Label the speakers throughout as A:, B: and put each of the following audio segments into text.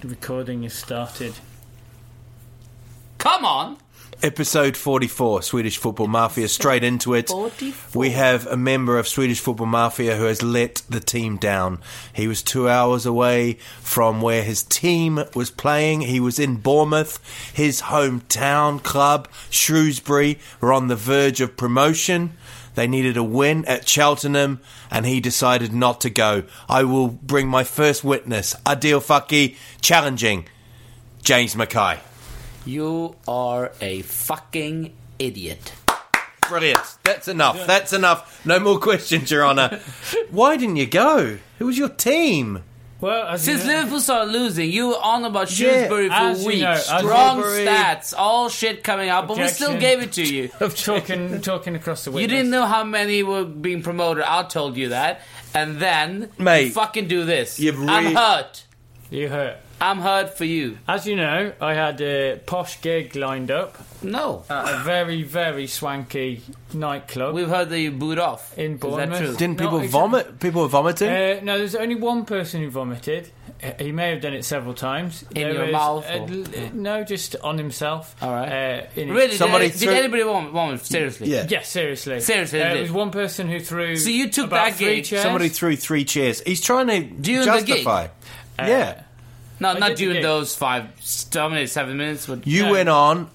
A: The recording is started.
B: Come on.
C: Episode 44, Swedish Football Mafia, straight into it.
B: 44.
C: We have a member of Swedish Football Mafia who has let the team down. He was two hours away from where his team was playing. He was in Bournemouth, his hometown club, Shrewsbury, were on the verge of promotion. They needed a win at Cheltenham, and he decided not to go. I will bring my first witness, Adil Faki, challenging James Mackay.
B: You are a fucking idiot.
C: Brilliant. That's enough. That's enough. No more questions, Your Honour. Why didn't you go? Who was your team?
A: Well, as
B: Since
A: you know,
B: Liverpool started losing, you were on about Shrewsbury
A: Yeah, as
B: for
A: you
B: weeks.
A: know, as
B: Strong
C: Shrewsbury-
B: stats, all shit coming up, but we still
A: Objection.
B: gave it to you.
A: of talking talking across the
B: You
A: witness.
B: didn't know how many were being promoted. I told you that. And then you
C: Mate,
B: fucking do this.
C: you've re-
B: I'm hurt.
A: You hurt.
B: I'm hurt for you.
A: As you know, I had a posh gig lined up
B: No.
A: at a very very swanky nightclub.
B: We've heard that you booed off.
A: In
B: Is that
A: Bournemouth.
B: true?
C: Didn't
A: Not
C: people
A: exactly.
C: vomit? People were vomiting?
A: Uh, no, there's only one person who vomited. Uh, He may have done it several times. In
B: your mouth or-
A: no, just on himself.
B: All
A: Uh,
B: right.
A: in
B: Really?
C: Somebody
B: did,
C: threw-
B: did anybody want, want seriously?
C: yeah.
A: Yes, seriously.
B: Seriously,
A: uh,
B: they
A: there was
B: did.
A: one person who threw.
B: So you took
A: about
B: that
A: three
B: gig.
A: chairs.
C: Somebody threw three chairs. He's trying to
B: During the gig?
C: justify. yeah.
B: No,
A: did
B: not
A: the
B: during
A: gig.
B: those five, how many, seven minutes? But
C: You went on,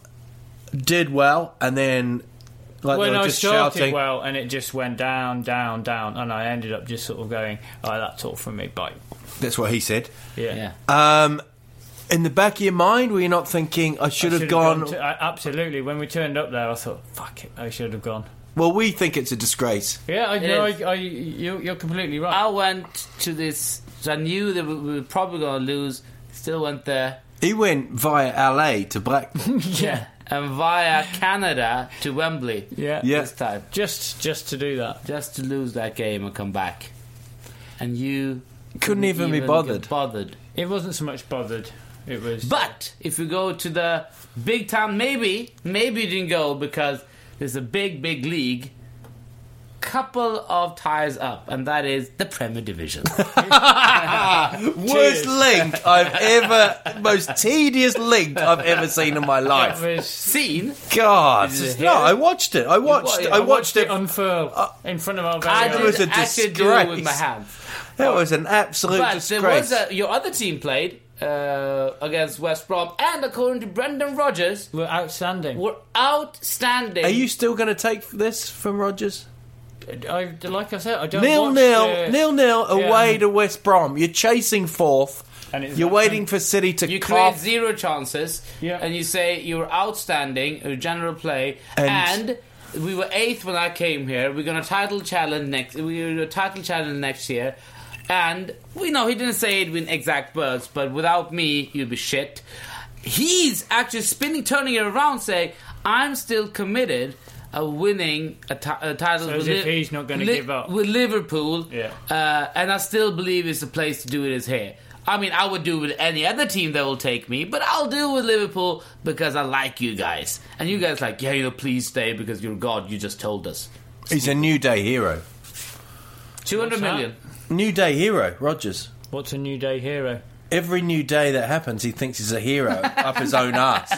C: did well, and then like
A: when
C: they were
A: I
C: just
A: started
C: shouting.
A: well, and it just went down, down, down, and I ended up just sort of going, "Oh, that's all from me." Bye.
C: That's what he said.
A: Yeah.
B: Yeah.
C: Um, in the back of your mind, were you not thinking I should have
A: Should've
C: gone?
A: to- I- absolutely. When we turned up there, I thought, "Fuck it, I should have gone."
C: well, we think it's a disgrace.
A: Yeah, I know. I,
B: is.
A: I, you, you're completely right.
B: I went to this. So I knew that we were probably going to lose. Still went there.
C: He went via LA to Blackpool.
A: yeah,
B: And via Canada to Wembley.
A: yeah,
C: Yeah.
B: This time.
A: Just, just to do that.
B: Just to lose that game and come back. And you.
C: Couldn't even be
B: get
C: bothered.
B: bothered.
A: It wasn't so much bothered. It was.
B: But if you go to the big town, maybe, maybe you didn't go because there's a big, big league. Couple of ties up, and that is the Premier Division.
C: Worst link I've ever, most tedious link I've ever seen in my
A: It
C: life.
A: was.
B: Seen?
C: God,
B: Did you hear
C: no, I watched it. I watched.
B: wa-
C: I
B: I
C: watched it. uh,
A: unfurl in front of our
B: I
A: very
C: That
B: did
A: eyes.
C: was a
B: actually do it with my
C: disgrace.
B: hands.
C: That was an absolute
B: But there
C: disgrace.
B: was a, your other team played uh, against West Brom, and according to Brendan Rodgers,
A: We're outstanding.
B: were outstanding.
C: Are you still going to take this from Rogers?
A: I, like I said, I don't
C: Nil
A: watch
C: nil,
A: the-
C: nil nil
A: yeah.
C: away to West Brom. You're chasing fourth.
A: And it's
C: You're
A: nothing.
C: waiting for City to
B: You create
C: cough.
B: zero chances,
A: Yeah.
B: and you say you were outstanding, your general play,
C: And-
B: and, we were eighth when I came here. We're gonna title challenge next. We're gonna title challenge next year, and we know he didn't say it in exact words, but without me, you'd be shit. He's actually spinning, turning it around, saying, "I'm still committed." of winning a ti- a title
A: So
B: with
A: as if he's not gonna give up.
B: with Liverpool,
A: Yeah.
B: uh, and I still believe it's the place to do it is here. I mean, I would do it with any other team that will take me, but I'll do it with Liverpool because I like you guys. And you guys like, yeah, you know, please stay because you're God. You just told us
C: He's a new day hero.
B: two
A: What's
B: hundred
A: that?
B: million.
C: New Day hero, Rogers.
A: What's a New Day hero?
C: Every new day that happens, he thinks he's a hero up his own ass.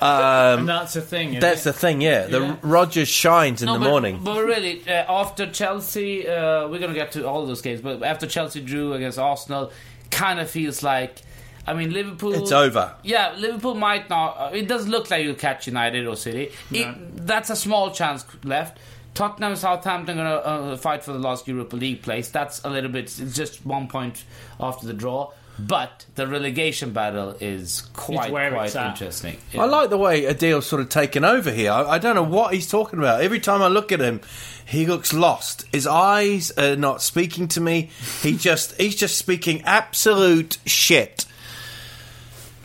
C: Um,
A: And that's a thing. isn't
C: that's
A: it?
C: the thing, yeah. The
B: Yeah.
C: Rogers shines in
B: No,
C: the
B: but-
C: morning.
B: But really, uh, after Chelsea, uh, we're gonna get to all those games. But after Chelsea drew against Arsenal, kind of feels like, I mean, Liverpool.
C: It's over.
B: Yeah, Liverpool might not. uh, It does look like you'll catch United or City. It, that's a small chance left. Tottenham, Southampton going to uh, fight for the last Europa League place. That's a little bit. It's just one point after the draw. But the relegation battle is quite
A: where
B: quite
A: it's at.
B: interesting.
C: I like the way Adil's sort of taken over here. I, I don't know what he's talking about. Every time I look at him, he looks lost. His eyes are not speaking to me. He just he's just speaking absolute shit. Good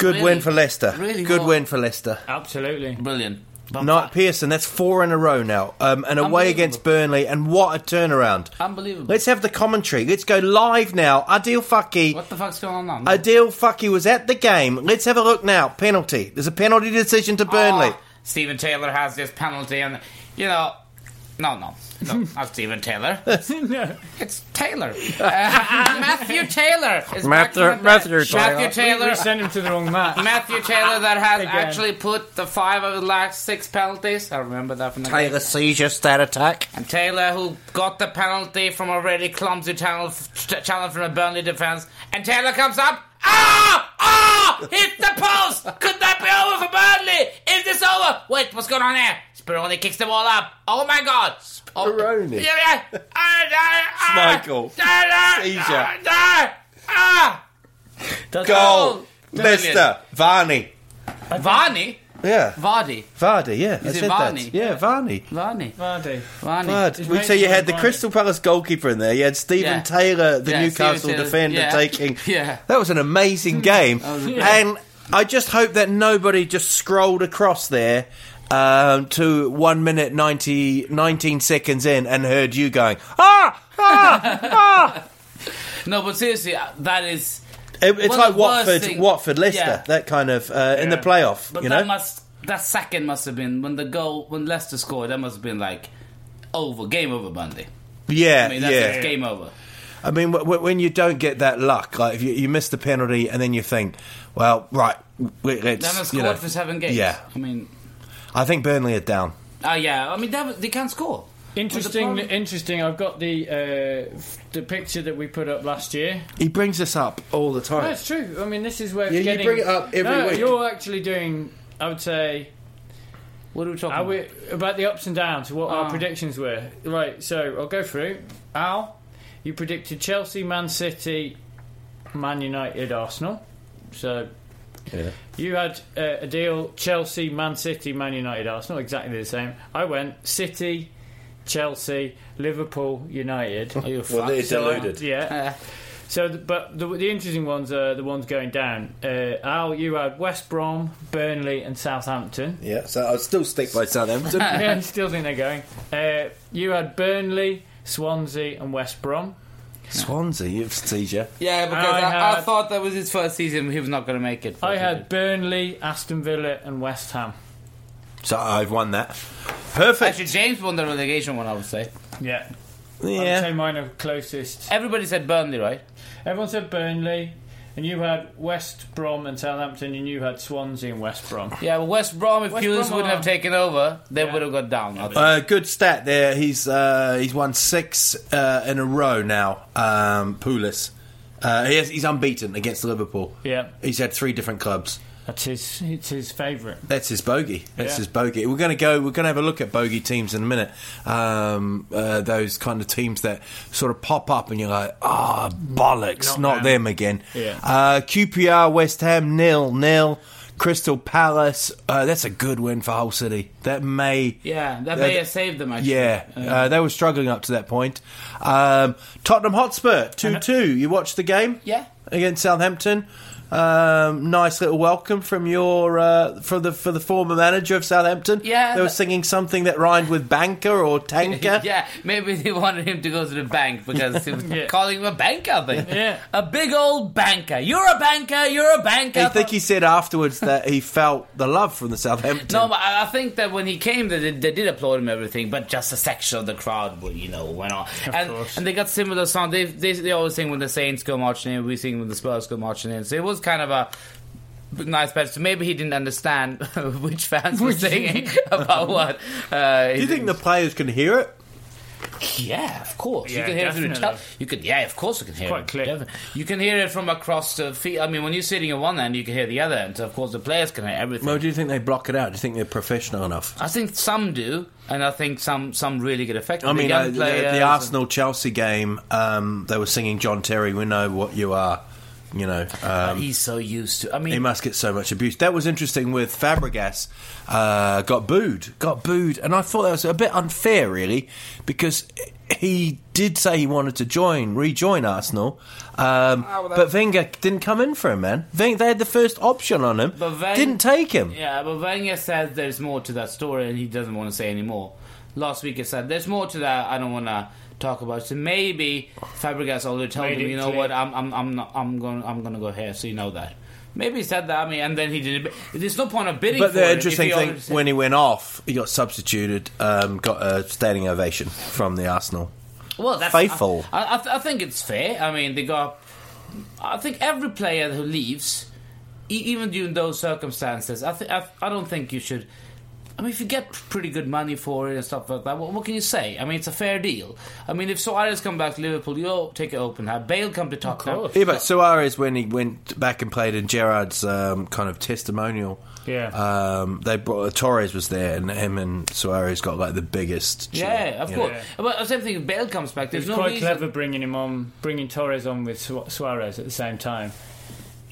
B: Really?
C: win for Leicester.
B: Really
C: Good
B: what?
C: win for Leicester.
A: Absolutely.
B: brilliant. But
C: Not Pearson. That's four in a row now. Um, and away
B: Unbelievable.
C: against Burnley, and what a turnaround!
B: Unbelievable.
C: Let's have the commentary. Let's go live now. Adil Faki.
B: what the fuck's going on?
C: Adil Faki was at the game. Let's have a look now. Penalty. There's a penalty decision to Burnley.
B: Oh, Steven Taylor has this penalty, and you know, no, no, no, not Steven Taylor. It's Taylor, uh, Matthew Taylor. Is back
C: Matthew-
B: in the match.
C: Matthew Taylor.
B: Matthew
A: We
B: Taylor.
A: sent him to the wrong match.
B: Matthew Taylor that has
A: Again.
B: actually put the five of the last six penalties. I remember that from the game.
C: Taylor sees just that attack.
B: And Taylor, who got the penalty from a really clumsy channel, t- challenge from a Burnley defence, and Taylor comes up. Ah! Ah! Hit the post! Could that be over for Burnley? Is this over? Wait, what's going on here? Spironi kicks the ball up. Oh my god! Sp- oh-
C: Spironi.
B: Yeah, yeah. Ah, ah, ah.
C: Schmeichel.
B: Ah, ah,
C: Seizure.
B: ah, ah.
A: That's-
C: Goal.
B: Brilliant.
C: Leicester. Varney.
B: Oh. Varney?
C: Yeah.
B: Vardy.
C: Vardy, yeah. I
B: Is it
C: said
B: Varney?
C: that. Yeah, Varney.
B: Varney.
A: Vardy.
B: Varney.
C: Vard. We say you had the Crystal Palace goalkeeper in there. You had Stephen
B: Yeah.
C: Taylor, the
B: Yeah,
C: Newcastle
B: Stephen Taylor,
C: defender,
B: yeah.
C: taking.
B: Yeah. Hmm.
C: That was an amazing game. And I just hope that nobody just scrolled across there um, to 1 minute 90, 19 seconds in and heard you going, ah, ah, ah.
B: No, but seriously, uh, that is.
C: It- it's
B: One
C: like
B: of the worst
C: Watford,
B: thing-
C: Watford, Leicester,
B: Yeah.
C: that kind of, uh, in the
A: Yeah.
C: playoff,
B: But
C: you
B: that
C: know?
B: must that second must have been when the goal when Leicester scored. That must have been like over, game over, Bundy.
C: yeah,
B: I mean, that's
C: yeah.
B: it's game over.
C: I mean, w- w- when you don't get that luck, like if you, you miss the penalty and then you think, well, right, we,
B: They haven't
C: let's,
B: scored
C: you know,
B: for seven games.
C: Yeah,
B: I mean,
C: I think Burnley are down.
B: oh yeah, I mean they, they can't score.
A: Interesting,
B: But the problem-
A: interesting. I've got the uh, f- the picture that we put up last year.
C: He brings this up all the time.
A: That's true. I mean, this is where
C: Yeah,
A: it's
C: you
A: getting.
C: bring it up every
A: no,
C: week.
A: You're actually doing. I would say
B: What are we talking
A: are
B: about?
A: we, about the ups and downs. What our predictions were. Right. So I'll go through. Al, you predicted Chelsea, Man City, Man United, Arsenal. So. You had uh, a deal Chelsea, Man City, Man United, Arsenal, exactly the same. I went City, Chelsea, Liverpool, United.
B: Are you fucked?
A: Yeah. So, th- but the, the interesting ones are the ones going down. Uh, Al, you had West Brom, Burnley, and Southampthen.
C: Yeah, so I'll still stick by Southampton.
A: yeah, I still think they're going. Uh, you had Burnley, Swansea, and West Brom.
C: Swansea, you've seizure.
B: Yeah, because
A: I
B: I, I,
A: had-
B: thought that was his first season. He was not going to make it.
A: I had Burnley, Aston Villa, and West Ham.
C: So I've won that. Perfect.
B: Actually, James won the relegation one. I would say
A: Yeah. I'd say
C: yeah.
A: mine are closest.
B: everybody said Burnley, right?
A: Everyone said Burnley, and you had West Brom and Southampton, and you had Swansea and West Brom.
B: Yeah, but West Brom. If
A: West
B: Hughes
A: Brom
B: wouldn't
A: are-
B: have taken over, they
A: Yeah.
B: would have got down. I think.
C: Uh, good stat there. He's uh, he's won six uh, in a row now. Um, Pulis. Uh, he has, he's unbeaten against Liverpool.
A: Yeah.
C: He's had three different clubs.
A: That's his. It's his favourite.
C: That's his bogey. That's
A: Yeah.
C: his bogey. We're going to go. We're going to have a look at bogey teams in a minute. Um, uh, those kind of teams that sort of pop up and you're like, ah, bollocks,
A: Not
C: not,
A: them.
C: them again.
A: Yeah.
C: Uh, QPR, West Ham, nil nil. Crystal Palace. Uh, that's a good win for Hull City. That may.
B: yeah, that may
C: that-
B: have saved them. Actually.
C: Yeah, uh, they were struggling up to that point. Um, Tottenham Hotspur two two. You watched the game?
B: uh, Yeah.
C: against Southampton. Um, nice little welcome from your uh, from the for the former manager of Southampton.
B: Yeah,
C: they were
B: but-
C: singing something that rhymed with banker or tanker.
B: yeah, maybe they wanted him to go to the bank because he was
A: Yeah.
B: calling him a banker. I think.
A: Yeah.
B: A big old banker. You're a banker. You're a banker.
C: I think he said afterwards that he felt the love from the Southampton.
B: No, but I I think that when he came, they, did- they did applaud him everything, but just a section of the crowd, well, you know, went on. and,
A: course.
B: and they got similar songs. They, they they always sing when the Saints go marching in, we sing when the Spurs go marching in. So it was kind of a nice patch. So maybe he didn't understand which fans were singing about what. Uh,
C: Do you think the players can hear it?
B: yeah, of course.
A: Yeah,
B: you can hear it through the tel-
A: definitely.
B: You can, yeah, of course, you can hear
A: quite
B: it.
A: clear.
B: Defi- You can hear it from across the field. I mean, when you're sitting at one end, you can hear the other end. So of course, the players can hear everything.
C: Well, do you think they block it out? Do you think they're professional enough?
B: I think some do, and I think some some really get affected.
C: I mean,
B: the,
C: uh,
B: young
C: the,
B: players
C: the
B: and-
C: Arsenal Chelsea game, um, they were singing John Terry. We know what you are. You know, um,
B: he's so used to. I
C: He
B: mean,
C: must get so much abuse. That was interesting with Fabregas. Uh, got booed. Got booed. And I thought that was a bit unfair, really, because he did say he wanted to join, rejoin Arsenal. Um, but Wenger didn't come in for him, man. Ven- they had the first option on him.
B: But Ven-
C: didn't take him.
B: yeah, but Wenger says there's more to that story, and he doesn't want to say any more. Last week he said there's more to that. I don't want to talk about. So maybe Fabregas already told
A: Made
B: him,
A: it
B: you know
A: clear.
B: what? I'm I'm I'm not, I'm going I'm going to go here. So you know that. Maybe he said that. I mean, and then he didn't. There's no point of bidding.
C: But
B: for it
C: the
B: if
C: interesting
B: he
C: thing,
B: already said-
C: when he went off, he got substituted, um, got a standing ovation from the Arsenal.
B: well, that's,
C: Faithful.
B: I, I, th- I think it's fair. I mean, they got. I think every player who leaves, e- even during those circumstances, I, th- I, th- I don't think you should. I mean, if you get pretty good money for it and stuff like that, what, what can you say? I mean, it's a fair deal. I mean, if Suarez come back to Liverpool, you'll take it open. Have Bale come to Tottenham.
A: course.
C: Yeah, but Suarez, when he went back and played in Gerard's um, kind of testimonial,
A: Yeah.
C: um, they brought Torres was there, and him and Suarez got like the biggest. cheer,
B: Yeah, of
C: you
B: course.
C: know.
B: But the same thing, if Bale comes back, there's
A: It's
B: no
A: quite
B: reason.
A: clever bringing him on, bringing Torres on with Su- Suarez at the same time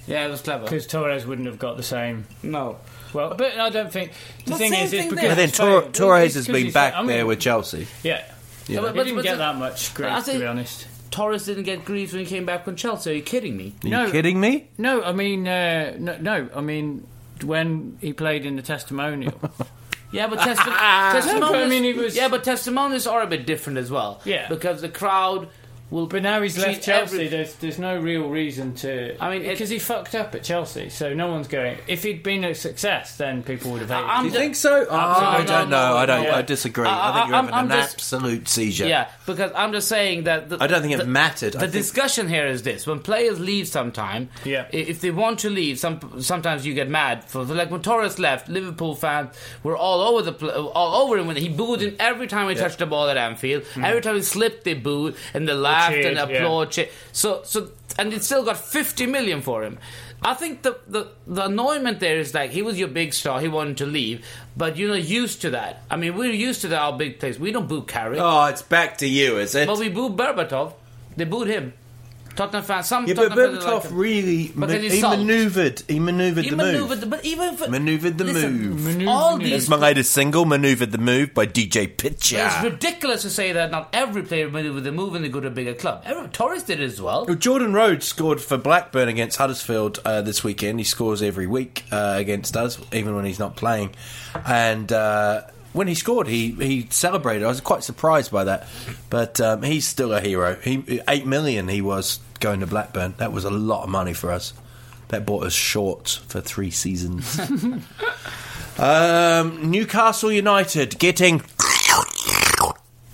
B: Yeah, it was clever.
A: because Torres wouldn't have got the same.
B: No.
A: Well, but I don't think the
B: Well,
A: thing
B: same
A: is, it's
B: thing
A: because
B: there.
C: But then
A: it's
C: Tor-
A: Spain.
C: Torres
A: It's
C: has
A: 'cause
C: been
A: he's-
C: back
A: I mean,
C: there with Chelsea.
A: yeah.
C: Yeah.
B: But-
A: He
B: but-
A: didn't
B: but
A: get
B: the-
A: that much
B: I
A: grace, to
B: think-
A: be honest.
B: Torres didn't get grief when he came back from Chelsea. Are you kidding me?
C: Are you
A: No.
C: kidding me?
A: No, I mean, uh, no, no, I mean, when he played in the testimonial.
B: Yeah, but
A: Ah,
B: testi- testimonies.
A: but I mean, it was-
B: Yeah, but testimonies are a bit different as well.
A: Yeah.
B: because the crowd will.
A: but now he's left
B: treat
A: Chelsea.
B: every-
A: There's there's no real reason to.
B: I mean, it-
A: because he fucked up at Chelsea, so no one's going. If he'd been a success, then people would have hated.
B: I'm
A: him.
C: Do you think so? Oh,
B: no,
C: I don't
B: no,
C: know.
B: no,
C: I don't.
B: no.
C: I disagree.
B: I-
C: I, think you're
B: I'm-
C: having
B: I'm
C: an
B: just-
C: absolute seizure.
B: yeah, because I'm just saying that. The,
C: I don't think it
B: the-
C: mattered. I
B: The
C: think-
B: discussion here is this: when players leave, sometime,
A: Yeah.
B: i- if they want to leave, some sometimes you get mad. For for like when Torres left, Liverpool fans were all over the pl- all over him when he booed him every time he touched the ball at Anfield. Every time he slipped, they booed and they laughed
A: Mm-hmm. cheered,
B: and
A: yeah.
B: applauded. Che- So so, and it still got 50 million for him. I think the, the the annoyment there is like he was your big star, he wanted to leave, but you're not used to that. I mean, we're used to that our big players. We don't boo Carrick.
C: Oh, it's back to you, is it?
B: But we booed Berbatov. They booed him. Tottenham fans. Some
C: yeah, but
B: Tottenham fans
C: Berbatov
B: like him.
C: really
B: But then
C: ma-
B: he
C: he
B: sulked.
C: manoeuvred. He manoeuvred
B: He
C: the
B: maneuvered,
C: move.
B: the, but even for,
C: Maneuvered the
B: Listen,
C: move.
B: All
C: It's
B: these.
C: my latest single, "Maneuvered the Move" by DJ Pitcher.
B: It's ridiculous to say that not every player maneuvered the move and they go to a bigger club. Everyone, Torres did it as well.
C: Well, Jordan Rhodes scored for Blackburn against Huddersfield uh, this weekend. He scores every week uh, against us, even when he's not playing. And uh, when he scored, he, he celebrated. I was quite surprised by that, but um, he's still a hero. He eight million he was going to Blackburn. That was a lot of money for us. That bought us shorts for three seasons. um, Newcastle United getting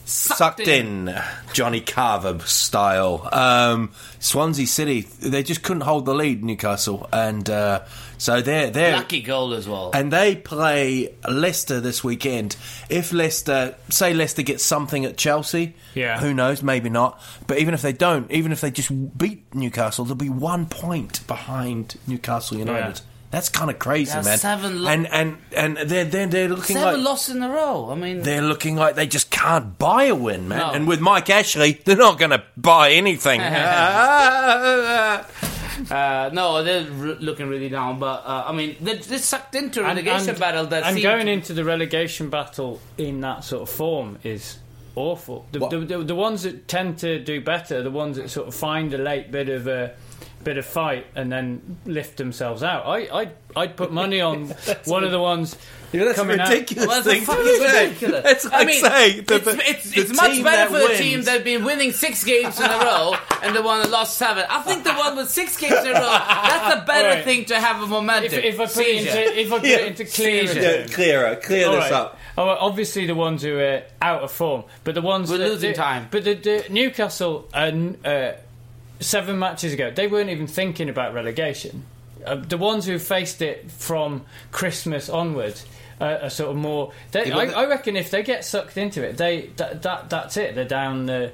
C: sucked in, Johnny Carver style. Um, Swansea City, they just couldn't hold the lead, Newcastle, and uh, so they're they're
B: Lucky goal as well.
C: and they play Leicester this weekend. If Leicester, say Leicester gets something at Chelsea,
A: Yeah.
C: who knows? Maybe not. But even if they don't, even if they just beat Newcastle, they'll be one point behind Newcastle United.
A: Yeah.
C: That's kind of crazy,
B: That's
C: man.
B: seven lo-
C: and and and they're they're, they're looking
B: Seven
C: like
B: losses in a row. I mean,
C: they're looking like they just can't buy a win, man.
B: No.
C: And with Mike Ashley, they're not going to buy anything. Ah, ah, ah,
B: uh, no, they're r- looking really down. But uh, I mean, they they sucked into a
A: And-
B: relegation
A: and-
B: battle. That
A: and
B: seemed-
A: going into the relegation battle in that sort of form is awful. The, the, the, the ones that tend to do better, are the ones that sort of find a late bit of a, bit of fight and then lift themselves out. I, I, I'd put money on one of the ones.
C: Yeah, that's
A: coming out.
C: ridiculous
B: Well, it's
C: thing
B: a
C: to
B: fucking
C: say.
B: ridiculous.
C: That's like
B: I mean,
C: saying the-
B: it's, it's,
C: the
B: it's much
C: team
B: better
C: that
B: for a team
C: wins-
B: that's been winning six games in a row and the one that lost seven. I think the one with six games in a row, that's a better
A: Right.
B: thing to have a momentum.
A: If, if I put
B: Seizure.
A: it into, if I put
C: Yeah.
A: it into clear,
B: Seizure.
C: Yeah, clearer, clear
A: All
C: this
A: right.
C: up.
A: Oh, well, obviously the ones who are out of form, but the ones
B: We're
A: that-
B: losing
A: the-
B: time.
A: But the, the Newcastle and uh, seven matches ago, they weren't even thinking about relegation. Uh, the ones who faced it from Christmas onwards. Uh, are sort of more. They,
C: Yeah,
A: I,
C: but the-
A: I reckon if they get sucked into it, they that, that that's it. They're down the.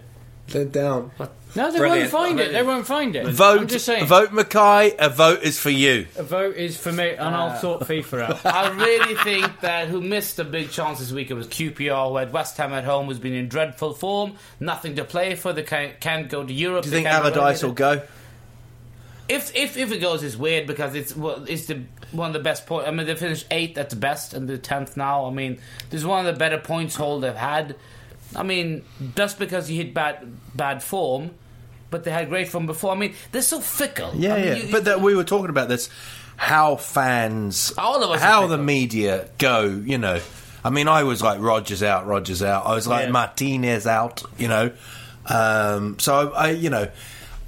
C: They're down.
A: No, they
C: Brilliant.
A: won't find it. They won't find it.
C: Vote,
A: I'm just saying.
C: vote Mackay. A vote is for you.
A: A vote is for me, and
C: Uh,
A: I'll sort FIFA out.
B: I really think that who missed the big chance this week it was QPR, who had West Ham at home, who's been in dreadful form, nothing to play for, they can't, can't go to Europe.
C: Do you
B: they
C: think
B: can't be
C: Allardyce will
B: relegated.
C: go?
B: If if if it goes, it's weird because it's well, it's the one of the best point. I mean, they finished eighth at the best and the tenth now. I mean, this is one of the better points hold they've had. I mean, just because you hit bad bad form, but they had great form before. I mean, they're so fickle.
C: Yeah,
B: I mean,
C: yeah.
B: you-
C: but that we were talking about this, how fans,
B: All of us
C: how
B: are
C: the
B: fickle.
C: media go. You know, I mean, I was like Rogers out, Rogers out. I was like
A: Yeah.
C: Martinez out. You know, um, so I, I, you know,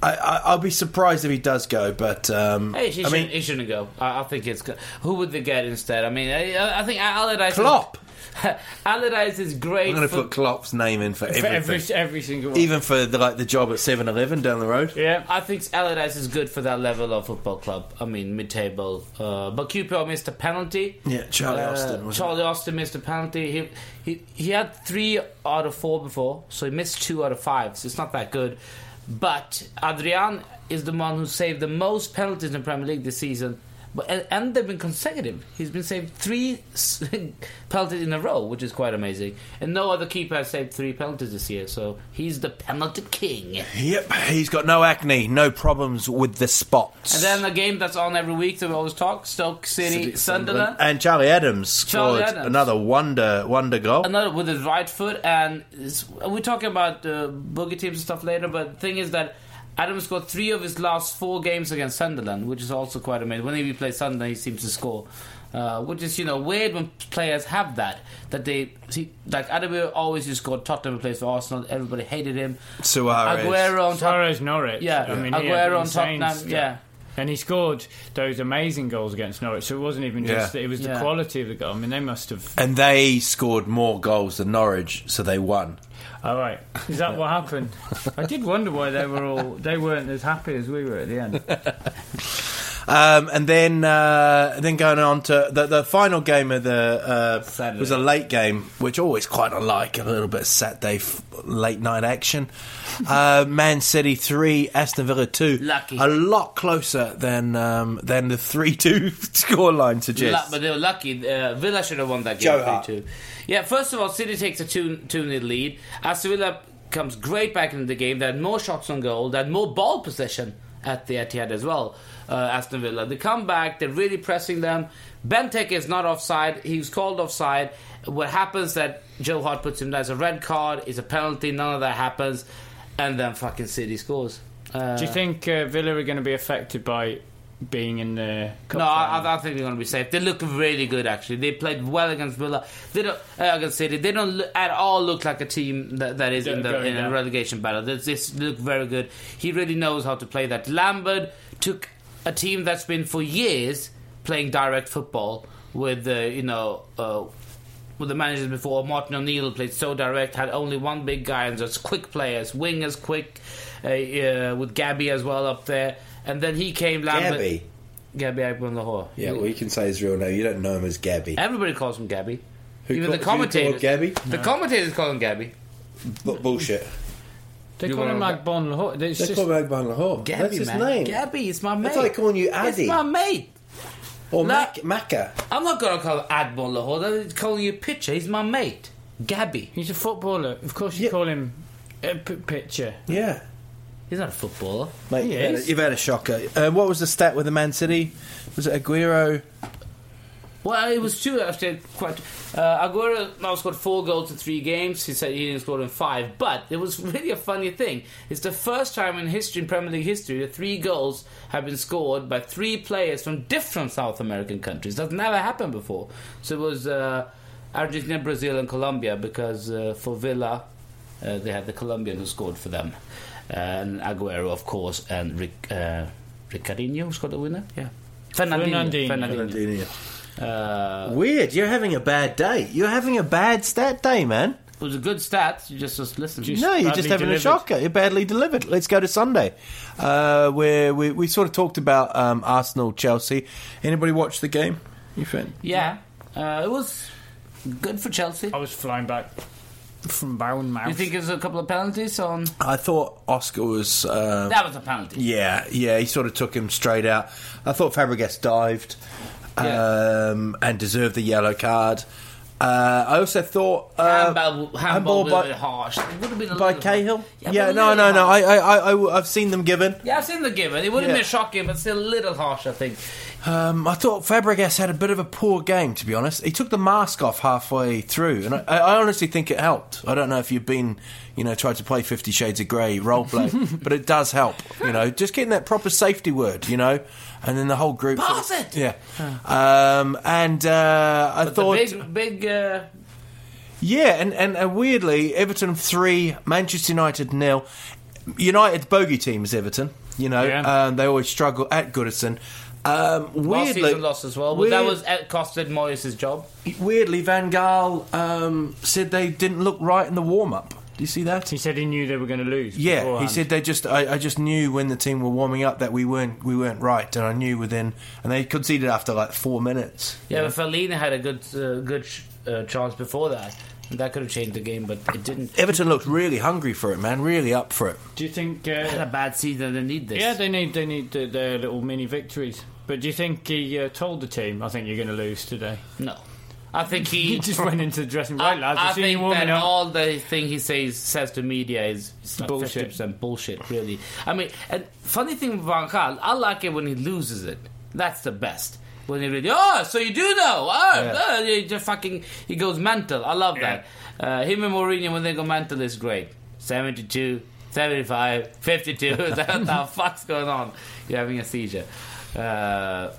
C: I, I, I'll be surprised if he does go. But um,
B: Hey, he,
C: I
B: should,
C: mean,
B: he shouldn't go. I, I think it's go- who would they get instead? I mean, I- I, I think Allardyce.
C: Klopp.
B: Allardyce is great.
C: I'm going to
B: for-
C: put Klopp's name in for
A: For every,
C: everything,
A: every single one.
C: even for the, like the job at 7-Eleven down the road.
A: yeah.
B: I think Allardyce is good for that level of football club. I mean, mid-table. Uh, but QPR missed a penalty.
C: Yeah, Charlie Austin.
B: Uh,
C: Was
B: Charlie Austin missed a penalty. He, he he had three out of four before, so he missed two out of five. So it's not that good. But Adrian is the one who saved the most penalties in Premier League this season. But and, and they've been consecutive. He's been saved three s- penalties in a row, which is quite amazing. And no other keeper has saved three penalties this year, so he's the penalty king.
C: Yep, he's got no acne, no problems with the spots.
B: And then a game that's on every week that we always talk: Stoke City, Sunderland.
C: and Charlie Adams
B: Charlie
C: scored
B: Adams.
C: another wonder wonder goal.
B: another with his right foot, and it's- we're talking about uh, boogie teams and stuff later. But the thing is that Adams scored three of his last four games against Sunderland, which is also quite amazing. Whenever he plays Sunderland, he seems to score, uh, which is you know weird when players have that that they see like Adams always just scored Tottenham. He plays for Arsenal, everybody hated him.
C: Suarez.
B: Aguero on Tottenham,
A: Torres Norwich.
B: yeah,
A: I mean, he had
B: Aguero on
A: insane
B: Tottenham,
A: stuff.
B: yeah.
A: And he scored those amazing goals against Norwich, so it wasn't even just
C: Yeah.
A: it was the
B: Yeah.
A: quality of the goal. I mean, they must have.
C: And they scored more goals than Norwich, so they won.
A: All right, is that what happened? I did wonder why they were all they weren't as happy as we were at the end.
C: Um, and then uh, then going on to the, the final game of the uh,
B: Saturday.
C: was a late game, which always quite I like a little bit of Saturday f- late night action. uh, Man City three, Aston Villa two.
B: Lucky.
C: a lot closer than um, than the three two scoreline
B: Lu-
C: suggests.
B: but they were lucky. Uh, Villa should have won that
C: Joe
B: game
C: Hart.
B: 3-2. Yeah, first of all, City takes a 2 2 nil lead. Aston Villa comes great back into the game. They had more shots on goal. They had more ball possession at the Etihad as well. Uh, Aston Villa. They come back. They're really pressing them. Benteke is not offside. He was called offside. What happens that Joe Hart puts him down as a red card. It's a penalty. None of that happens. And then fucking City scores. Uh,
A: Do you think uh, Villa are going to be affected by being in the? Cup
B: No, I,
A: final?
B: I- I think they're going to be safe. They look really good, actually. They played well against Villa. They don't uh, against City. They don't look, at all look like a team that, that is in,
A: Yeah,
B: the,
A: going
B: in a
A: down.
B: relegation battle. They just look very good. He really knows how to play that. Lambert took a team that's been for years playing direct football with uh, you know. Uh, with the managers before, Martin O'Neill played so direct, had only one big guy and just quick players, wingers quick, uh, uh, with Gabby as well up there, and then he came. Lambert,
C: Gabby.
B: Gabby Agbon Lahore.
C: Yeah, well, you can say his real name. You don't know him as Gabby.
B: Everybody calls him Gabby.
C: Who
B: Even
C: call-
B: the
C: who called
B: commentators.
C: Gabby?
B: The commentators call him Gabby.
C: Bu- bullshit.
A: They
B: You
A: call him
B: wanna-
A: Agbon Lahore. It's
C: They
A: just-
C: call him Ogban Lahore.
B: Gabby,
C: That's his
B: man.
C: name.
B: Gabby, it's my mate.
C: That's like calling you Addy.
B: It's my mate.
C: Or
B: No.
C: Mac- Macca.
B: I'm not gonna call him Adbon Lahore. That's calling you pitcher. He's my mate. Gabby.
A: He's a footballer. Of course, you
C: Yeah.
A: call him a p- pitcher.
C: Yeah.
B: He's not a footballer.
C: Mate,
A: He
C: you've had, a,
A: is.
C: you've had a shocker. Uh, what was the stat with the Man City? Was it Aguero?
B: Well, it was two after quite. Uh, Aguero now scored four goals in three games. He said he didn't score in five, but it was really a funny thing. It's the first time in history, in Premier League history, that three goals have been scored by three players from different South American countries. That's never happened before. So it was uh, Argentina, Brazil, and Colombia because uh, for Villa, uh, they had the Colombian who scored for them, Uh, and Aguero, of course, and Ric- uh, Ricardinho scored the winner. Yeah,
A: Fernandinho.
B: Fernandinho.
A: Uh,
C: Weird. You're having a bad day. You're having a bad stat day, man.
B: It was a good stat. You just just listen.
A: Just-
C: No, you're
A: badly
C: just having a
A: delivered.
C: shocker. You're badly delivered. Let's go to Sunday, uh, where we, we sort of talked about um, Arsenal Chelsea. Anybody watch the game? You fan?
B: yeah, uh, it was good for Chelsea.
A: I
C: Oh,
A: was flying back from Bournemouth.
B: You think it was a couple of penalties on?
C: I thought Oscar was. Uh,
B: That was a penalty.
C: yeah, yeah. He sort of took him straight out. I thought Fabregas dived um, and deserved the yellow card. Uh, I also thought uh,
B: handball, handball,
C: handball
B: was a
C: by-
B: bit harsh. It would have been a
C: by
B: little-
C: Cahill.
B: Yeah,
C: Yeah,
B: but a
C: no,
B: little
C: no, no. I,
B: harsh.
C: I, I, I, I've seen them given.
B: yeah, I've seen the given. It would have
C: Yeah.
B: been shocking, but still a little harsh, I think.
C: Um, I thought Fabregas had a bit of a poor game, to be honest. He took the mask off halfway through, and I, I honestly think it helped. I don't know if you've been, you know, tried to play Fifty Shades of Grey role play, but it does help, you know, just getting that proper safety word, you know, and then the whole group.
B: Pass it!
C: Yeah. Um, and uh, I
B: But
C: thought.
B: the big, big. Uh,
C: Yeah, and, and, and weirdly, Everton three, Manchester United nil. United's bogey team is Everton. You know,
A: Yeah.
C: um, they always struggle at Goodison. Um,
B: last
C: weirdly,
B: season loss as well, but that
C: weird-
B: was it costed Moyes' job.
C: weirdly Van Gaal um, said they didn't look right in the warm up. Do you see that?
A: He said he knew they were going to lose.
C: Yeah, he
A: beforehand.
C: said they just. I, I just knew when the team were warming up that we weren't we weren't right, and I knew within. And they conceded after like four minutes.
B: Yeah, but Fellaini had a good, uh, good sh- uh, chance before that. And that could have changed the game, but it didn't.
C: Everton looked really hungry for it, man. Really up for it.
A: Do you think?
B: They
A: Uh,
B: had a bad season. They need this.
A: yeah, they need they need uh, their little mini victories. But do you think he uh, told the team? I think you're going to lose today.
B: no. I think he
A: He just went into the dressing room.
B: I,
A: Right, lads,
B: I
A: I see you
B: think
A: warming
B: that
A: up.
B: all the thing he says says to media is it's like
A: Bullshit.
B: 50% bullshit, really. I mean, and funny thing with Van Gaal, I like it when he loses it. That's the best. When he really, oh, so you do know? Oh, oh," he just fucking he goes mental. I love that. Uh, him and Mourinho when they go mental is great. 72, 75, 52. what the fuck's going on? You're having a seizure. Uh,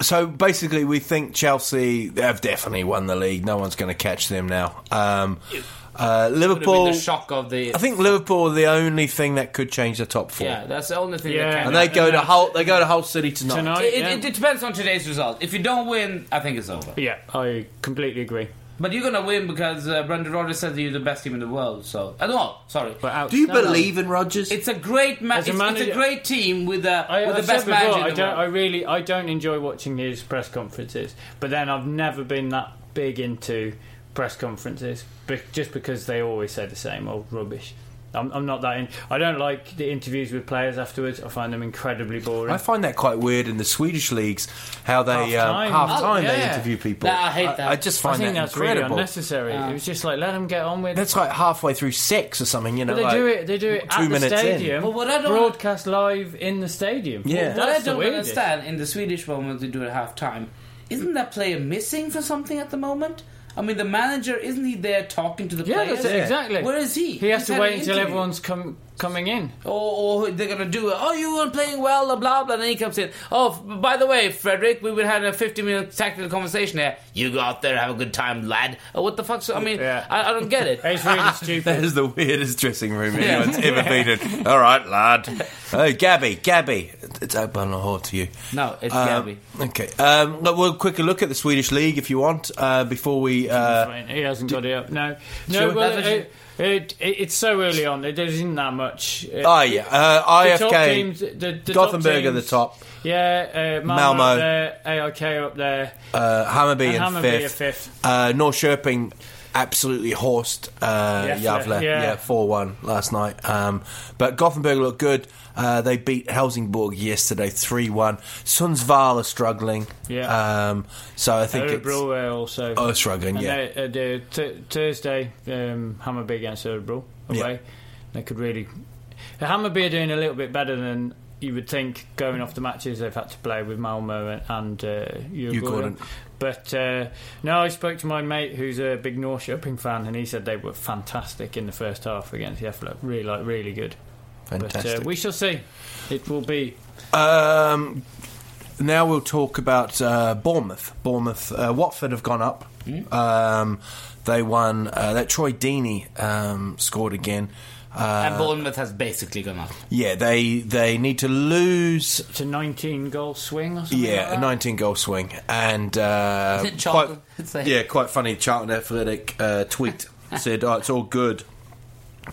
C: So basically, we think Chelsea have definitely won the league. No one's going to catch them now. Um, uh,
B: would have been
C: Liverpool.
B: the shock of the.
C: I think Liverpool are the only thing that could change the top four.
B: yeah, that's the only thing.
A: Yeah.
B: that can
C: And they
A: And
C: go to
A: that's-
C: Hull. They go to Hull City tonight.
A: Tonight,
B: It,
A: yeah.
B: it, it depends on today's result. If you don't win, I think it's over.
A: yeah, I completely agree.
B: But you're gonna win because uh, Brendan Rodgers said that you're the best team in the world. So I don't know. Sorry,
A: But out-
C: Do you
A: No, no.
C: believe in Rodgers?
B: it's a great match.
A: As a
B: It's, it's a
A: manager-
B: great team with the
A: I,
B: with
A: I've
B: the best
A: said before,
B: manager
A: I
B: in the
A: don't. I
B: world.
A: really, I don't enjoy watching his press conferences. But then I've never been that big into press conferences, be- just because they always say the same old rubbish. I'm, I'm not that in. I don't like the interviews with players afterwards. I find them incredibly boring.
C: I find that quite weird in the Swedish leagues how they
A: Half-time.
C: um, half time
B: Oh, yeah.
C: they interview people.
B: Nah, I hate that.
C: I, just
A: I
C: find
A: think
C: that
A: that's really
C: incredible.
A: unnecessary. it was just like let them get on with. it.
C: that's like halfway through six or something. You know,
A: But they
C: like-
A: do it. They do it
C: two
A: at the
C: minutes in.
A: stadium.
B: But what I don't-
A: broadcast live in the stadium.
C: Yeah.
B: What I
A: that's the
B: don't
A: weirdest.
B: understand in the Swedish one when they do it at half time, isn't that player missing for something at the moment? I mean, the manager isn't he there talking to the
A: Yeah,
B: players?
A: that's it, exactly.
B: Where is he?
A: He has
B: He's
A: to
B: had
A: wait
B: an
A: until
B: interview.
A: everyone's com- coming in.
B: or, or they're gonna do it. Oh, you weren't playing well, blah blah blah. And then he comes in. Oh, f- by the way, Frederick, we would have had a fifty-minute tactical conversation here. You go out there, have a good time, lad. Oh, what the fuck? So, I mean,
A: Yeah.
B: I, I don't get it. Uh,
A: It's really
C: That
A: stupid.
C: is the weirdest dressing room anyone's ever been in. All right, lad. Oh, Gabby, Gabby, it's open or to you.
B: No, it's
C: Um,
B: Gabby.
C: Okay. Um, look, we'll quickly look at the Swedish league if you want uh, before we. Uh,
A: Fine, he hasn't got it up. No, no.
C: Sure.
A: well,
B: That's
A: it,
B: what
A: it- it- it's so early on. There isn't that much. Uh,
C: oh yeah,
A: the
C: uh, IFK.
A: top teams, the, the top
C: Gothenburg at the
A: teams-
C: top.
A: Yeah, uh, Malmo,
C: Malmo.
A: up there, AIK up there.
C: Uh, Hammerby
A: And
C: in
A: Hammarby
C: fifth.
A: in fifth.
C: Uh, Norrköping absolutely horsed uh,
A: Yes,
C: Javle.
A: yeah.
C: Yeah, four one last night. Um, but Gothenburg looked good. Uh, they beat Helsingborg yesterday three one. Sundsvall are struggling.
A: Yeah.
C: Um, so I think
A: Örebro
C: it's
A: were also.
C: oh struggling.
A: And
C: yeah.
A: they, uh, the t- Thursday, um, Hammerby against Cerebral away.
C: Yeah.
A: They could really. Hammerby are doing a little bit better than you would think going off the matches they've had to play with Malmo and, and uh, Hugh
C: Hugh
A: Gordon.
C: Gordon.
A: But uh, no, I spoke to my mate who's a big North Shopping fan, and he said they were fantastic in the first half against Yeffler. Really, like, really good. But
C: Fantastic.
A: uh, we shall see. It will be
C: Um, now we'll talk about uh, Bournemouth. Bournemouth, uh, Watford have gone up.
A: Hmm?
C: Um, they won. Uh, that Troy Deeney um, scored again.
B: and
C: Uh,
B: Bournemouth has basically gone up.
C: yeah, they they need to lose.
A: it's a 19 goal swing or something.
C: Yeah, a 19 goal swing and uh,
B: Is it Charlton? It's a-
C: quite, yeah, quite funny. Charlton Athletic uh, tweet said, "Oh, it's all good."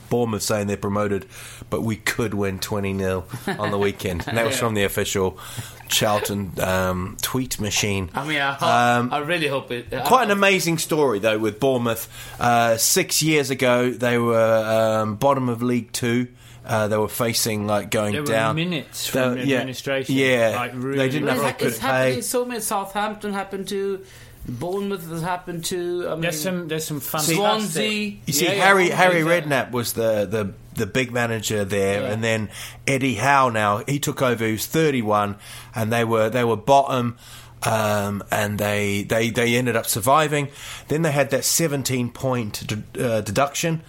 C: Bournemouth saying they're promoted, but we could win 20 0 on the weekend. And that was from the official Charlton um, tweet machine.
B: I mean, I, hope,
C: Um,
B: I really hope it. uh, I-
C: Quite an amazing story, though, with Bournemouth. Uh, six years ago, they were um, bottom of League Two. Uh, they were facing like going
A: There were
C: down
A: minutes
C: They-
A: from the administration.
C: Yeah,
A: Like, really
C: they didn't have
B: It's,
C: a
B: ha-
C: good
B: it's happening
C: pay.
B: so many. Southampton happened to. Bournemouth has happened to. I mean,
A: There's some there's some fantastic.
B: Swansea.
C: You see,
B: Yeah, yeah,
C: Harry
B: Swansea,
C: Harry
B: yeah.
C: Redknapp was the, the the big manager there,
B: Yeah.
C: and then Eddie Howe. Now he took over. He was thirty one, and they were they were bottom, um, and they, they they ended up surviving. Then they had that seventeen point d- uh, deduction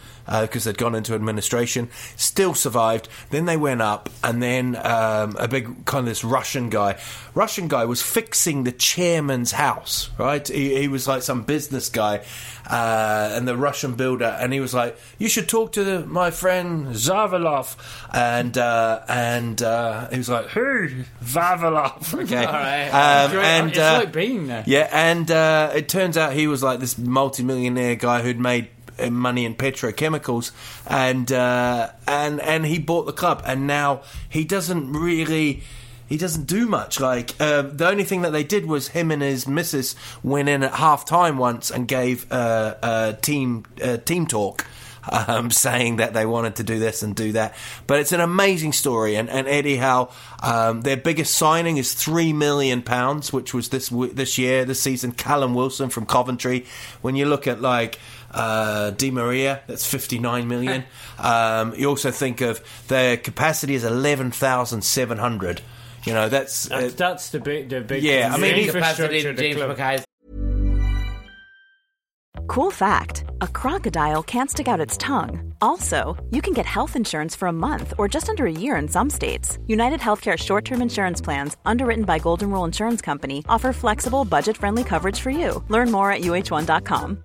C: because they'd gone into administration. Still survived. Then they went up, and then um, a big kind of this Russian guy. Russian guy was fixing the chairman's house. Right, he, he was like some business guy, uh, and the Russian builder, and he was like, "You should talk to the, my friend Zavalov," and uh, and uh, he was like,
A: Who? Vavilov.
C: "Okay,"
B: All right.
C: um,
A: Enjoy-
C: and
A: it's
C: uh,
A: like being there.
C: yeah, and uh, it turns out he was like this multimillionaire guy who'd made uh, money in petrochemicals, and uh, and and he bought the club, and now he doesn't really. He doesn't do much. Like uh, the only thing that they did was him and his missus went in at half time once and gave uh, uh, team uh, team talk um, saying that they wanted to do this and do that. But it's an amazing story. And, and Eddie Howe, um, their biggest signing is three million pounds, which was this w- this year, this season. Callum Wilson from Coventry. When you look at like uh, Di Maria, that's fifty nine million. um, you also think of their capacity is eleven thousand seven hundred. You know that's,
A: That's,
C: uh,
A: that's the big, the big.
C: Yeah, I mean,
A: the
C: he-
B: capacity
A: infrastructure of
B: James
A: the club.
B: McKay's
D: Cool fact a crocodile can't stick out its tongue. Also, you can get health insurance for a month or just under a year in some states. United Healthcare short term insurance plans, underwritten by Golden Rule Insurance Company, offer flexible, budget friendly coverage for you. Learn more at uh1.com.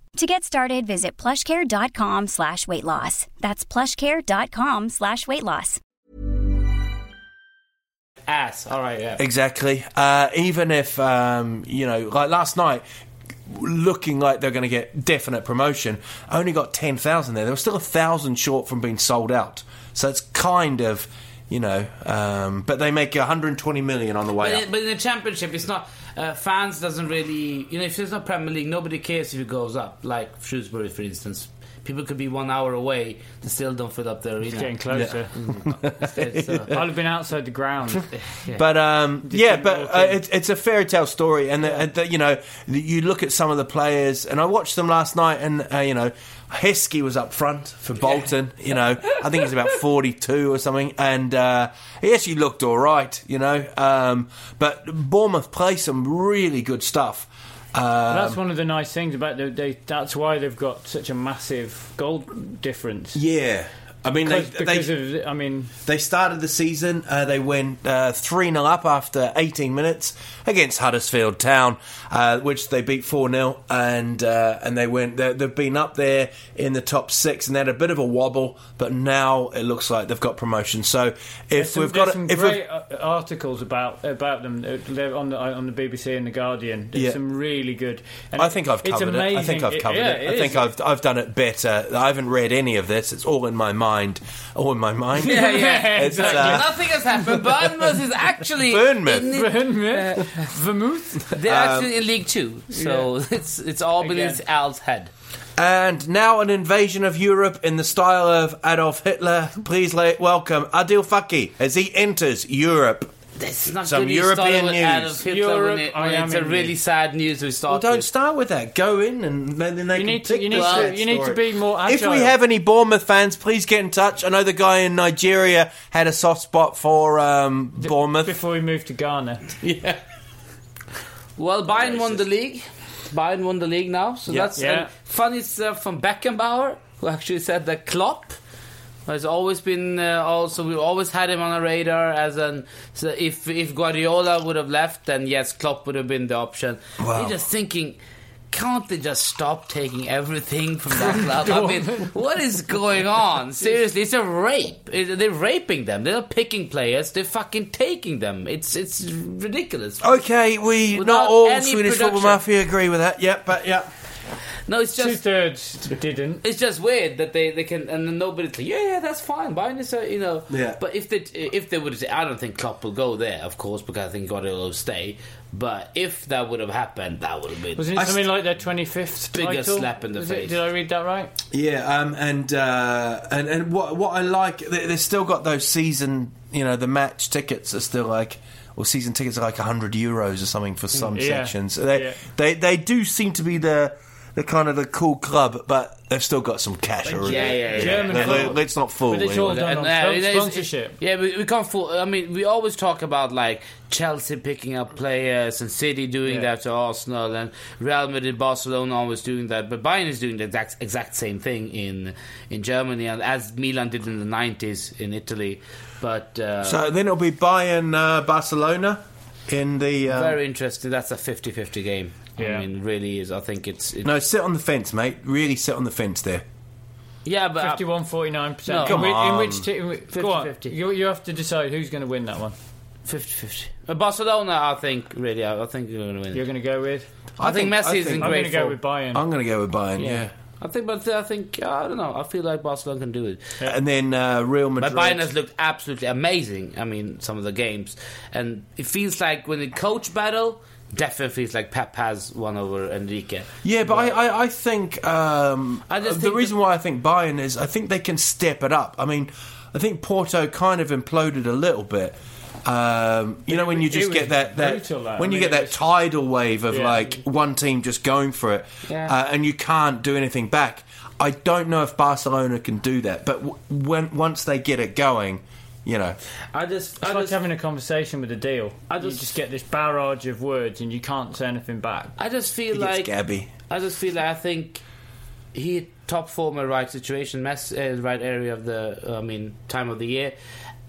E: To get started, visit plushcare.com slash weight loss. That's plushcare.com slash weight loss.
B: ass. All right, yeah.
C: Exactly. Uh, even if um, you know, like last night, looking like they're going to get definite promotion, only got ten thousand there. They were still a thousand short from being sold out. So it's kind of, you know, um, but they make 120 million on the way
B: But
C: up.
B: in, but in the championship, it's not uh, fans doesn't really you know if there's no Premier League, nobody cares if it goes up. Like Shrewsbury, for instance, people could be one hour away and still don't fill up the arena.
A: Getting closer.
B: It's, uh,
A: I'd have been outside the ground.
C: But um, yeah,
A: you
C: but
A: walk
C: uh,
A: in?
C: it, it's a fairy tale story, and, the, and the, you know, the- you look at some of the players, and I watched them last night, and uh, you know, Heskey was up front for Bolton. You know, I think he's about forty-two or something, and uh, he actually looked all right. You know, um, but Bournemouth play some really good stuff. Uh,
A: That's one of the nice things about the, they. That's why they've got such a massive goal difference.
C: yeah, I mean, they,
A: Because, because
C: they,
A: of, I mean,
C: They started the season, uh, they went 3 0 up after 18 minutes against Huddersfield Town, uh, which they beat 4 0. And uh, and they went, they- they've been up there in the top six and they had a bit of a wobble, but now it looks like they've got promotion. So if
A: some,
C: we've got
A: there's
C: a-
A: some
C: if we've-
A: great uh, articles about about them uh, they're on the on the BBC and the Guardian. There's
C: Yeah.
A: some really good. And
C: I think I've
A: it's
C: covered it. I think
A: amazing.
C: I've covered
A: yeah,
C: it. I
A: is.
C: think I've I've done it better. I haven't read any of this. It's all in my mind. All in my mind.
B: yeah, yeah.
C: It's,
B: exactly.
C: uh,
B: Nothing has happened. Bournemouth is actually
C: Bournemouth. Um,
B: in-
A: Vermouth.
B: they're actually in League Two, so it's it's all been in
A: Again.
B: Al's head.
C: And now an invasion of Europe in the style of Adolf Hitler. Please la- welcome Adil Fakir as he enters Europe.
B: It's not
C: Some
B: good you started
C: European
B: with
C: news.
B: Adolf Hitler
A: Europe,
B: when it,
A: I
B: when
A: am
B: it's a
A: in
B: really
A: need.
B: sad news we
C: Well,
B: started.
C: don't start with that. Go in and then they
A: You
C: can
A: need to-
C: pick
A: you
C: the
A: need to-
C: side
A: you need to
C: story.
A: be more
C: If we
A: agile.
C: have any Bournemouth fans, please get in touch. I know the guy in Nigeria had a soft spot for um, Bournemouth.
A: Before we move to Ghana,
B: Well, Bayern won the league. Bayern won the league now, so
C: Yeah.
B: that's
A: Yeah.
B: and funny stuff from Beckenbauer, who actually said that Klopp has always been uh, also we always had him on our radar as an so if if Guardiola would have left, then yes, Klopp would have been the option.
C: Wow.
B: You're just thinking. Can't they just stop taking everything from that club? I mean, what is going on? Seriously, it's a rape. It- They're raping them. They're not picking players. They're fucking taking them. It's it's ridiculous.
C: Okay, we
B: Without
C: not all
B: any
C: Swedish football
B: production.
C: mafia agree with that. Yep, but yeah.
B: No, it's
A: two
B: just
A: thirds didn't.
B: it's just weird that they, they can and then nobody's like yeah yeah that's fine Bayern is a, you know
C: Yeah.
B: but if they if they would I don't think Klopp will go there of course because I think Guardiola will stay but if that would have happened that would have been
A: Wasn't
C: I
A: it something like their 25th
B: Bigger
A: title?
B: slap in the
A: Was it-
B: face.
A: Did I read that right?
C: Yeah, um, and uh, and and what what I like, they, they've still got those season, you know, the match tickets are still like, well, season tickets are like hundred euros or something for some
A: Yeah.
C: sections. They,
A: Yeah.
C: they they do seem to be the the kind of the cool club, but they've still got some cash. already.
B: yeah, yeah, yeah.
A: German
C: Let-
A: football.
C: Let's not fool.
A: But it's
C: anyone.
A: all done on
B: uh,
A: spon-
B: it's- it's-
A: sponsorship.
B: yeah, we, we can't fool. I mean, we always talk about like Chelsea picking up players and City doing
A: Yeah.
B: that to Arsenal and Real Madrid, Barcelona always doing that. But Bayern is doing the exact exact same thing in in Germany and as Milan did in the nineties in Italy. But uh,
C: So then it'll be Bayern uh, Barcelona in the uh,
B: very interesting. That's a 50-50 game.
A: Yeah.
B: I mean, really is. I think it's, it's
C: no sit on the fence, mate. Really sit on the fence there.
B: yeah, but uh,
A: Fifty-one, forty-nine
B: No.
A: percent.
B: Come
C: on.
A: In which team? go on.
B: 50-50.
A: You, you have to decide who's going to win that one.
B: 50-50. Uh, Barcelona, I think really. I I think you're going to win.
A: You're going to go with?
B: I, think,
C: I
B: Messi is
C: think-
B: in
A: I'm
B: great
A: going to go
B: form.
A: with Bayern.
C: I'm going to go with Bayern. Yeah.
B: I think, but I think I don't know. I feel like Barcelona can do it.
C: And then uh, Real
B: But
C: Madrid.
B: Bayern has looked absolutely amazing. I mean, some of the games, and it feels like when the coach battle, definitely feels like Pep has won over Enrique.
C: Yeah, but I, I, I think, um,
B: I just
C: the
B: think
C: reason why I think Bayern is I think they can step it up. I mean, I think Porto kind of imploded a little bit. Um, you know when you
A: it
C: just
A: was
C: get that, that
A: brutal, though.
C: when
A: I
C: you
A: mean,
C: get that
A: it was-
C: tidal wave of
A: Yeah.
C: like one team just going for it,
B: Yeah.
C: uh, and you can't do anything back. I don't know if Barcelona can do that, but w- when once they get it going, you know,
B: I just,
A: It's
B: I
A: like
B: just,
A: having a conversation with a deal.
B: I
A: you
B: just-
A: just get this barrage of words and you can't say anything back.
B: I just feel
C: it's
B: like
C: Gabby.
B: I just feel like I think he hit top form at right situation, mess uh, right area of the I mean time of the year,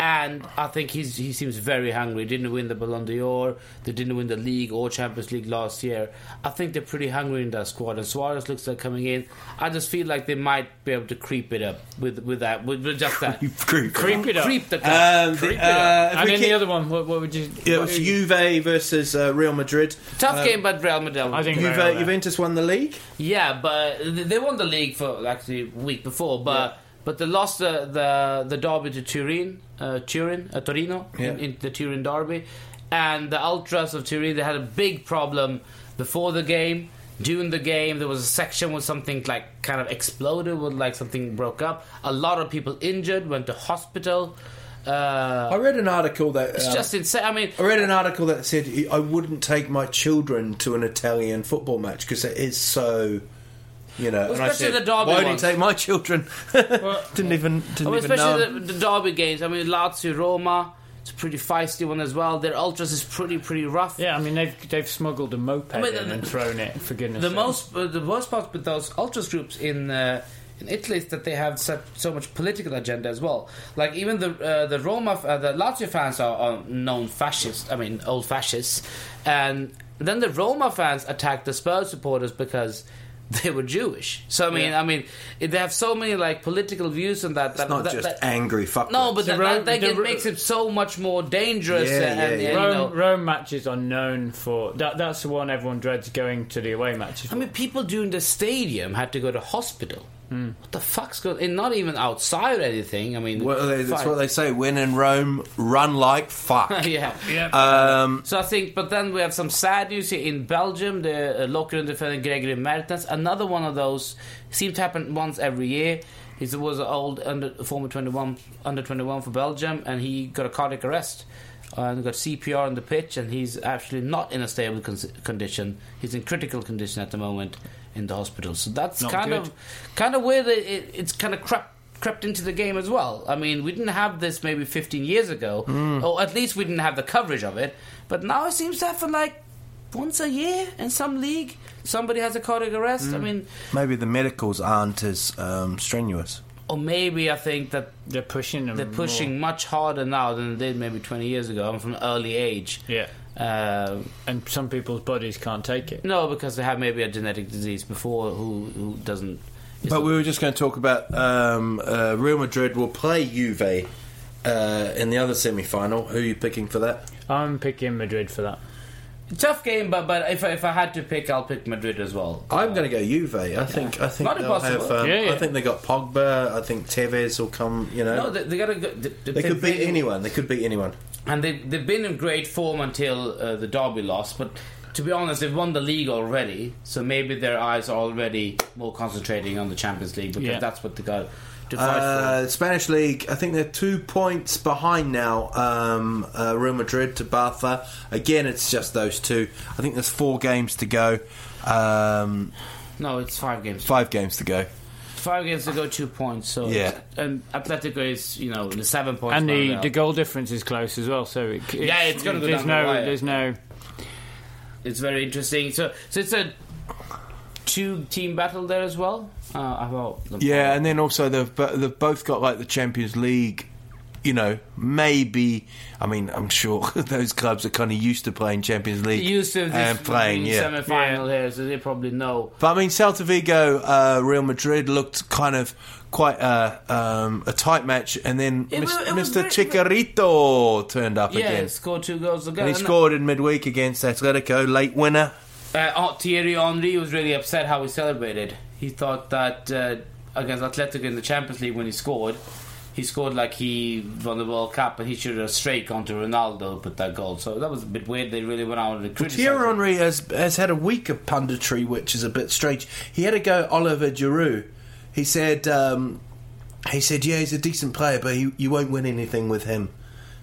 B: and I think he's he seems very hungry. Didn't win the Ballon d'Or, they didn't win the league or Champions League last year. I think they're pretty hungry in that squad, and Suarez looks like coming in. I just feel like they might be able to creep it up with with that with, with just that
C: Creep.
A: Creep it up.
B: creep the club.
C: Um,
B: creep
C: the,
B: it up.
C: uh, if
A: and
C: we
A: then
C: keep-
A: the other one, what, what would you?
C: Yeah, it
A: what
C: was
A: would
C: Juve versus uh, Real Madrid.
B: Tough game, but Real Madrid.
A: I think Real
C: Juve,
A: there.
C: Juventus won the league.
B: Yeah, but th- they won the league for actually week before, but but they lost the the, the derby to Turin, uh, Turin, uh, Torino in,
C: Yeah.
B: in the Turin derby, and the ultras of Turin they had a big problem before the game. During the game, there was a section where something like kind of exploded, where like something broke up. A lot of people injured went to hospital. Uh,
C: I read an article that
B: it's
C: uh,
B: just insane. I mean,
C: I read an article that said I wouldn't take my children to an Italian football match because it is so, you know. and I
B: Especially
C: said,
B: the Derby
C: Why would you
B: ones."
C: take my children? didn't even didn't
B: Well,
C: even know.
B: especially the, the derby games. I mean, Lazio, Roma. It's a pretty feisty one as well. Their ultras is pretty pretty rough.
A: Yeah, I mean they've they've smuggled a moped
B: mean,
A: in
B: the-
A: and thrown it. For goodness,
B: The
A: sake.
B: most uh, the worst part with those ultras groups in uh, in Italy is that they have such so much political agenda as well. Like even the uh, the Roma uh, the Lazio fans are, are known fascists. I mean old fascists, and then the Roma fans attacked the Spurs supporters because. They were Jewish, so I mean, I mean, they have so many like political views on that. that
C: It's not
B: that-
C: just
B: that-
C: angry fuck.
B: No, but
A: The
B: that,
A: road-
B: that, that
A: the
B: it
A: ro-
B: makes it so much more dangerous.
C: Yeah,
B: and,
C: yeah,
B: and,
C: yeah.
B: you
A: Rome,
B: know-
A: Rome matches are known for that. That's the one everyone dreads going to the away matches.
B: I mean, people during the stadium had to go to hospital.
C: Hmm.
B: What the fuck's going? And not even outside or anything. I mean,
C: well, they, that's
B: fine.
C: what they say. When in Rome, run like fuck.
B: yeah.
C: Um,
B: So I think, but then we have some sad news here in Belgium. The uh, Lokeren defender Gregory Mertens, another one of those, seems to happen once every year. He was an old under, former 21, under 21 for Belgium, and he got a cardiac arrest. uh, and got CPR on the pitch, and he's actually not in a stable con- condition. He's in critical condition at the moment in the hospital. So that's
A: Not
B: kind
A: good.
B: of kind of where the, it, it's kind of crept crept into the game as well. I mean, we didn't have this maybe 15 years ago,
C: Mm.
B: or at least we didn't have the coverage of it. But now it seems to happen like once a year in some league. Somebody has a cardiac arrest.
C: Mm.
B: I mean,
C: maybe the medicals aren't as um, strenuous.
B: or maybe I think that
A: they're pushing them.
B: they're
C: Mm,
B: pushing much harder now than they did maybe 20 years ago. I'm from an early age.
A: more. yeah,
B: Um,
A: and some people's bodies can't take it.
B: No, because they have maybe a genetic disease before who who doesn't. is
C: But
B: not-
C: we were just going to talk about um, uh, Real Madrid will play Juve uh, in the other semi-final. Who are you picking for that?
A: I'm picking Madrid for that.
B: tough game, but but if I, if I had to pick, I'll pick Madrid as well.
C: I'm going to go Juve. I think. I think
B: Not
C: they'll
B: impossible.
C: have. Um,
A: Yeah, yeah.
C: I think they got Pogba. I think Tevez will come. You know,
B: No, they, they gotta. Go, they,
C: they, could beat
B: been-
C: anyone. They could beat anyone.
B: and they they've been in great form until uh, the derby loss. But to be honest, they've won the league already, so maybe their eyes are already more concentrating on the Champions League because
A: Yeah.
B: that's what they got to fight
C: Uh, Spanish league. I think they're two points behind now. Um, uh, Real Madrid to Barca. Again, it's just those two. I think there's four games to go. Um,
B: for. No, it's five games.
C: five games to go.
B: Five games to go, two points. So
C: Yeah.
B: and Atletico is you know the seven points.
A: And the,
B: now.
A: the goal difference is close as well. So it,
B: Yeah, it's gonna go
A: There's
B: down the
A: no.
B: wire.
A: There's no.
B: it's very interesting. So, so it's a two-team battle there as well. Uh, about the-
C: Yeah, and then also they've bo- they've both got like the Champions League. You know, maybe. I mean, I'm sure those clubs are kind of used to playing Champions League
B: They used to this
C: and playing.
B: being
C: Yeah,
B: semi-final here, so they probably know.
C: But I mean, Celta Vigo, uh, Real Madrid looked kind of quite a, um, a tight match, and then
B: It
C: Mis-
B: was- it was
C: Mr.
B: very-
C: Chicharito turned up
B: Yeah,
C: again.
B: score two goals again.
C: And he scored in midweek against Atletico, late winner.
B: Uh, oh, Thierry Henry was really upset how he celebrated. He thought that uh, against Atletico in the Champions League when he scored, he scored like he won the World Cup and he should have straight gone to Ronaldo with that goal. So that was a bit weird. They really went out and criticized.
C: Thierry
B: him.
C: Henry has, has had a week of punditry, which is a bit strange. He had a go at Oliver Giroud. He said, um, he said, yeah, he's a decent player, but he, you won't win anything with him.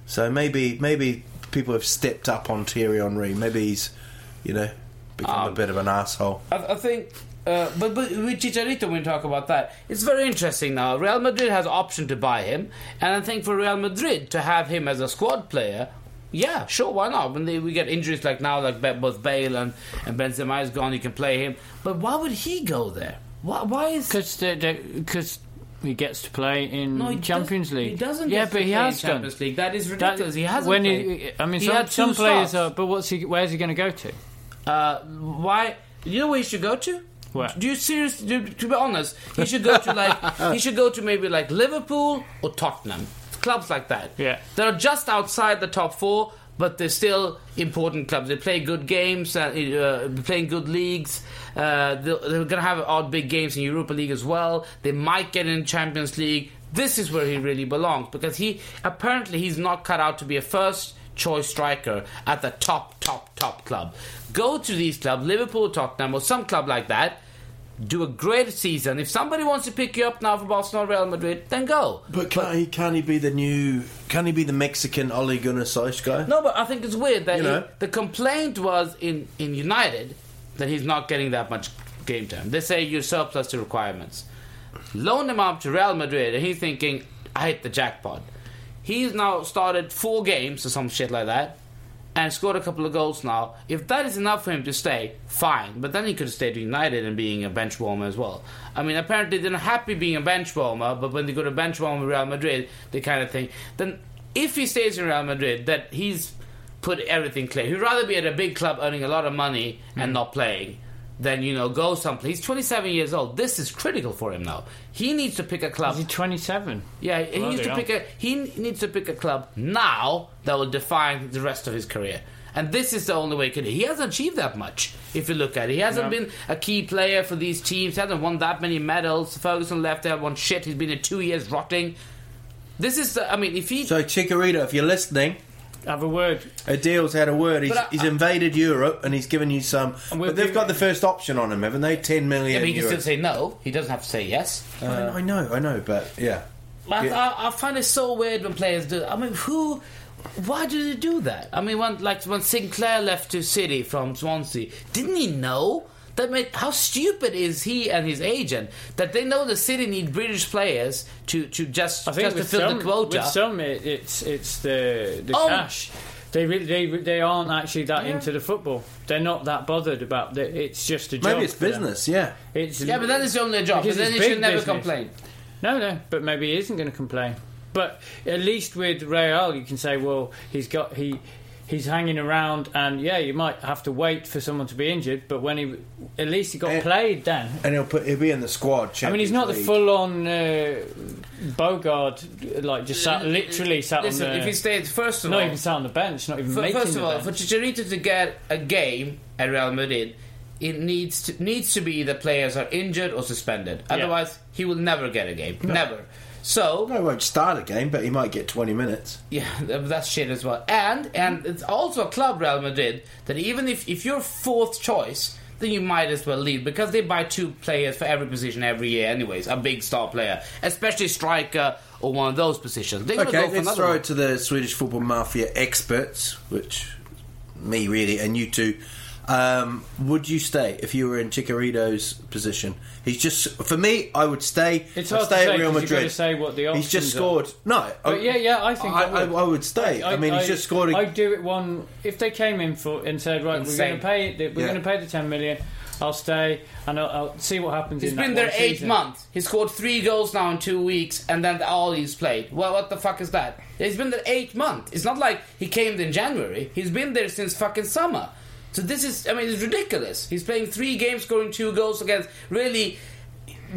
C: So maybe maybe people have stepped up on Thierry Henry. Maybe he's, you know, become a bit of an asshole.
B: I, I think. Uh, but, but with Chicharito, when we talk about that, it's very interesting now. Real Madrid has option to buy him, and I think for Real Madrid to have him as a squad player, yeah, sure, why not? When they, we get injuries like now, like Be- both Bale and, and Benzema is gone, you can play him. But why would he go there? Why, why is
A: Because he gets to play in
B: No, he
A: Champions
B: does-
A: League.
B: He doesn't.
A: Yeah,
B: get to
A: but he
B: play in
A: has done.
B: Champions League. That is ridiculous. he hasn't.
A: When
B: played.
A: he, I mean,
B: He
A: some,
B: had
A: some
B: two
A: players are.
B: starts.
A: But what's he? Where's he going to go to?
B: Uh, why? You know where he should go to?
A: Where?
B: Do you serious? Do, to be honest, he should go to like he should go to maybe like Liverpool or Tottenham, clubs like that.
A: Yeah.
B: they are just outside the top four, but they're still important clubs. They play good games, uh, uh, playing good leagues. Uh, they'll- they're gonna have odd big games in Europa League as well. They might get in Champions League. This is where he really belongs because he apparently he's not cut out to be a first choice striker at the top, top, top club. Go to these clubs, Liverpool, Tottenham, or some club like that. Do a great season. If somebody wants to pick you up now for Barcelona, Real Madrid, then go.
C: But can he can he be the new can he be the Mexican Ole Gunnar Solskjaer?
B: No, but I think it's weird that
C: You
B: he-
C: know.
B: the complaint was in, in United that he's not getting that much game time. They say you're surplus to requirements. Loan him up to Real Madrid, and he's thinking, I hit the jackpot. He's now started four games or some shit like that, and scored a couple of goals now. If that is enough for him to stay, fine. But then he could have stayed to United and being a bench warmer as well. I mean, apparently they're not happy being a bench warmer, but when they go to bench warmer Real Madrid, they kind of think, then if he stays in Real Madrid, that he's put everything clear. He'd rather be at a big club earning a lot of money
A: Hmm.
B: and not playing than, you know, go someplace. He's 27 years old. This is critical for him now. He needs to pick a club.
A: Is he 27?
B: Yeah, he
A: Bloody
B: needs to
A: hell.
B: pick a he needs to pick a club now that will define the rest of his career. And this is the only way he can. He hasn't achieved that much. If you look at it, he hasn't been a key player for these teams. He hasn't won that many medals. Ferguson left. They haven't won shit. He's been in two years rotting. This is. The, I mean, if he
C: So Chikorita, if you're listening,
A: Have a word.
C: Adil's had a word. He's,
B: But I-
C: he's invaded Europe and he's given you some.
A: And we'll
C: But they've
A: give-
C: got the first option on him, haven't they? Ten
B: I
C: million.
B: mean, he can
C: euros.
B: still say no. He doesn't have to say yes.
C: I I know, I know, but yeah.
B: But
C: Yeah.
B: I, I find it so weird when players do. I mean, who? Why do they do that? I mean, when like when Sinclair left to City from Swansea, didn't he know that? Made, how stupid is he and his agent that they know the City need British players to to just
A: I think
B: just to
A: with
B: fill
A: some,
B: the quota?
A: with some it, it's it's the the
B: Oh.
A: cash. They really, they they aren't actually that into the football. They're not that bothered about the, It's just a job.
C: Maybe it's
A: for them.
C: business, yeah.
A: It's
B: yeah, but then it's only a job.
A: Because
B: And then
A: it's
B: he
A: big
B: should never
A: business.
B: complain.
A: No, no, but maybe he isn't going to complain. But at least with Real, you can say, well, he's got he he's hanging around, and yeah, you might have to wait for someone to be injured, but when he at least he got
C: Eh.
A: played then.
C: And he'll put he'll be in the squad.
A: I mean, he's
C: Champions
A: not the
C: League.
A: full-on uh, Bogard, like just sat, literally sat
B: Listen,
A: on the.
B: if he stays first of
A: not
B: all,
A: even sat on the bench, not even
B: F-
A: making
B: First of
A: the
B: all,
A: bench.
B: for Chicharito to get a game at Real Madrid, it needs to, needs to be either players are injured or suspended. Otherwise, he will never get a game. Never. So
C: No, he won't start a game, but he might get 20 minutes.
B: yeah, th- that's shit as well. And and it's also a club Real Madrid that even if if you're fourth choice. Then you might as well leave because they buy two players for every position every year, anyways. A big star player, especially striker or one of those positions. They're gonna
C: Okay,
B: go for
C: let's
B: another
C: throw
B: one.
C: it to the Swedish football mafia experts, which me really and you two. Um, would you stay if you were in Chikorito's position? He's just for me. I would stay.
A: It's
C: I'd
A: hard to
C: stay
A: say,
C: at Real
A: 'cause you've
C: Madrid.
A: gotta say what the
C: he's
A: options
C: just
A: are.
C: scored. No, I,
A: But yeah, yeah, I think I,
C: I,
A: would.
C: I, would stay. I, mean, he's just scored. A,
A: I'd do it one if they came in for and said, right, we're
B: Insane.
A: going to pay it. We're
C: Yeah.
A: going to pay the ten million. I'll stay and I'll, I'll see what happens.
B: He's
A: in
B: been
A: that
B: there
A: one
B: eight
A: season.
B: months. He scored three goals now in two weeks, and then all he's played. Well, what the fuck is that? He's been there eight months. It's not like he came in January. He's been there since fucking summer. So this is, I mean, it's ridiculous. He's playing three games, scoring two goals against really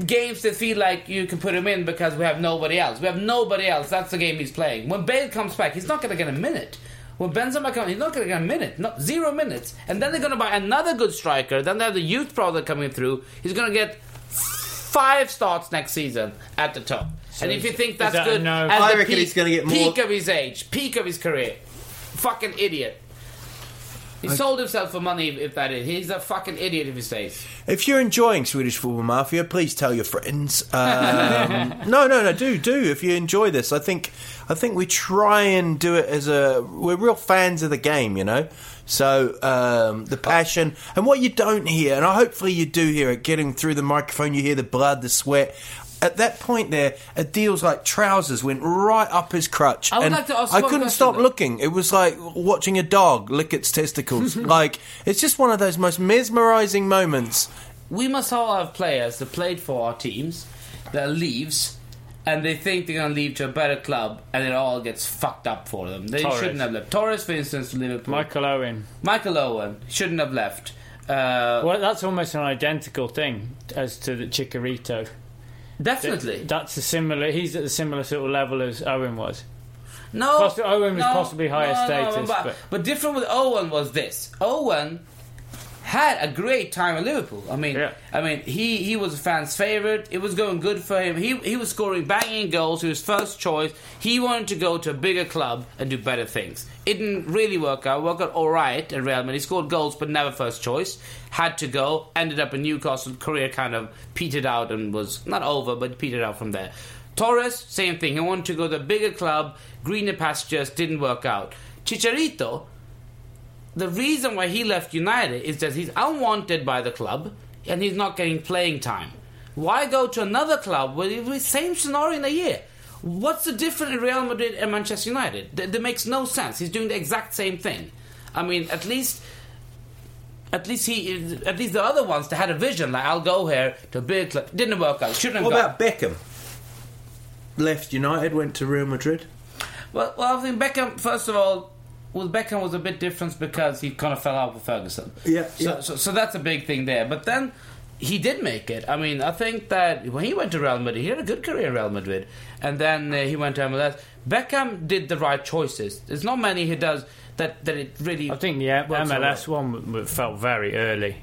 B: games that feel like you can put him in because we have nobody else. We have nobody else. That's the game he's playing. When Bale comes back, he's not going to get a minute. When Benzema comes, he's not going to get a minute. No, zero minutes. And then they're going to buy another good striker. Then they have the youth product coming through. He's going to get five starts next season at the top. and if you think that's
A: that a
B: good,
A: no?
B: at
C: I
B: the
C: reckon
B: peak,
C: he's gonna get
B: peak
C: more-
B: of his age, peak of his career. Fucking idiot. He sold himself for money. If if that is, he's a fucking idiot if he stays.
C: If you're enjoying Swedish Football Mafia, please tell your friends. Um, no, no, no, do do. If you enjoy this, I think I think we try and do it as a we're real fans of the game, you know. So um, the passion and what you don't hear, and I hopefully you do hear it getting through the microphone. You hear the blood, the sweat. At that point, there, Adil's like trousers went right up his crutch,
B: I would
C: and
B: like to ask
C: I
B: one
C: couldn't
B: question,
C: stop
B: though.
C: looking looking. It was like watching a dog lick its testicles. like it's just one of those most mesmerizing moments.
B: we must all have players that played for our teams that leaves and they think they're going to leave to a better club and it all gets fucked up for them. They
A: Torres.
B: shouldn't have left. Torres, for instance, to Liverpool.
A: Michael Owen.
B: Michael Owen shouldn't have left. Uh,
A: Well, that's almost an identical thing as to the Chikorito.
B: definitely.
A: That's a similar. He's at the similar sort of level as Owen was.
B: No,
A: Possi- Owen was possibly higher
B: no, no,
A: status,
B: but,
A: but-
B: but different with Owen was this: Owen had a great time at Liverpool. I mean,
A: Yeah.
B: I mean, he, he was a fan's favorite. It was going good for him. He he was scoring banging goals. He was first choice. He wanted to go to a bigger club and do better things. It didn't really work out. Worked out all right at Real Madrid. He scored goals, but never first choice. Had to go. Ended up in Newcastle. Career kind of petered out and was not over, but petered out from there. Torres, same thing. He wanted to go to a bigger club, greener pastures. Didn't work out. Chicharito, the reason why he left United is that he's unwanted by the club and he's not getting playing time. Why go to another club with the same scenario in a year? What's the difference in Real Madrid and Manchester United? That, that makes no sense. He's doing the exact same thing. I mean, at least at least he at least the other ones that had a vision like I'll go here to a big club didn't work out. Shouldn't have
C: What
B: gone.
C: about Beckham? Left United, went to Real Madrid.
B: Well, well, I think Beckham. First of all, with Beckham was a bit different because he kind of fell out with Ferguson.
C: Yeah,
B: So,
C: yeah.
B: so, so that's a big thing there. But then he did make it. I mean, I think that when he went to Real Madrid, he had a good career in Real Madrid, and then uh, he went to MLS. Beckham did the right choices. There's not many who does that. That it really.
A: I think the uh,
B: works out
A: MLS
B: well.
A: one w- w- felt very early,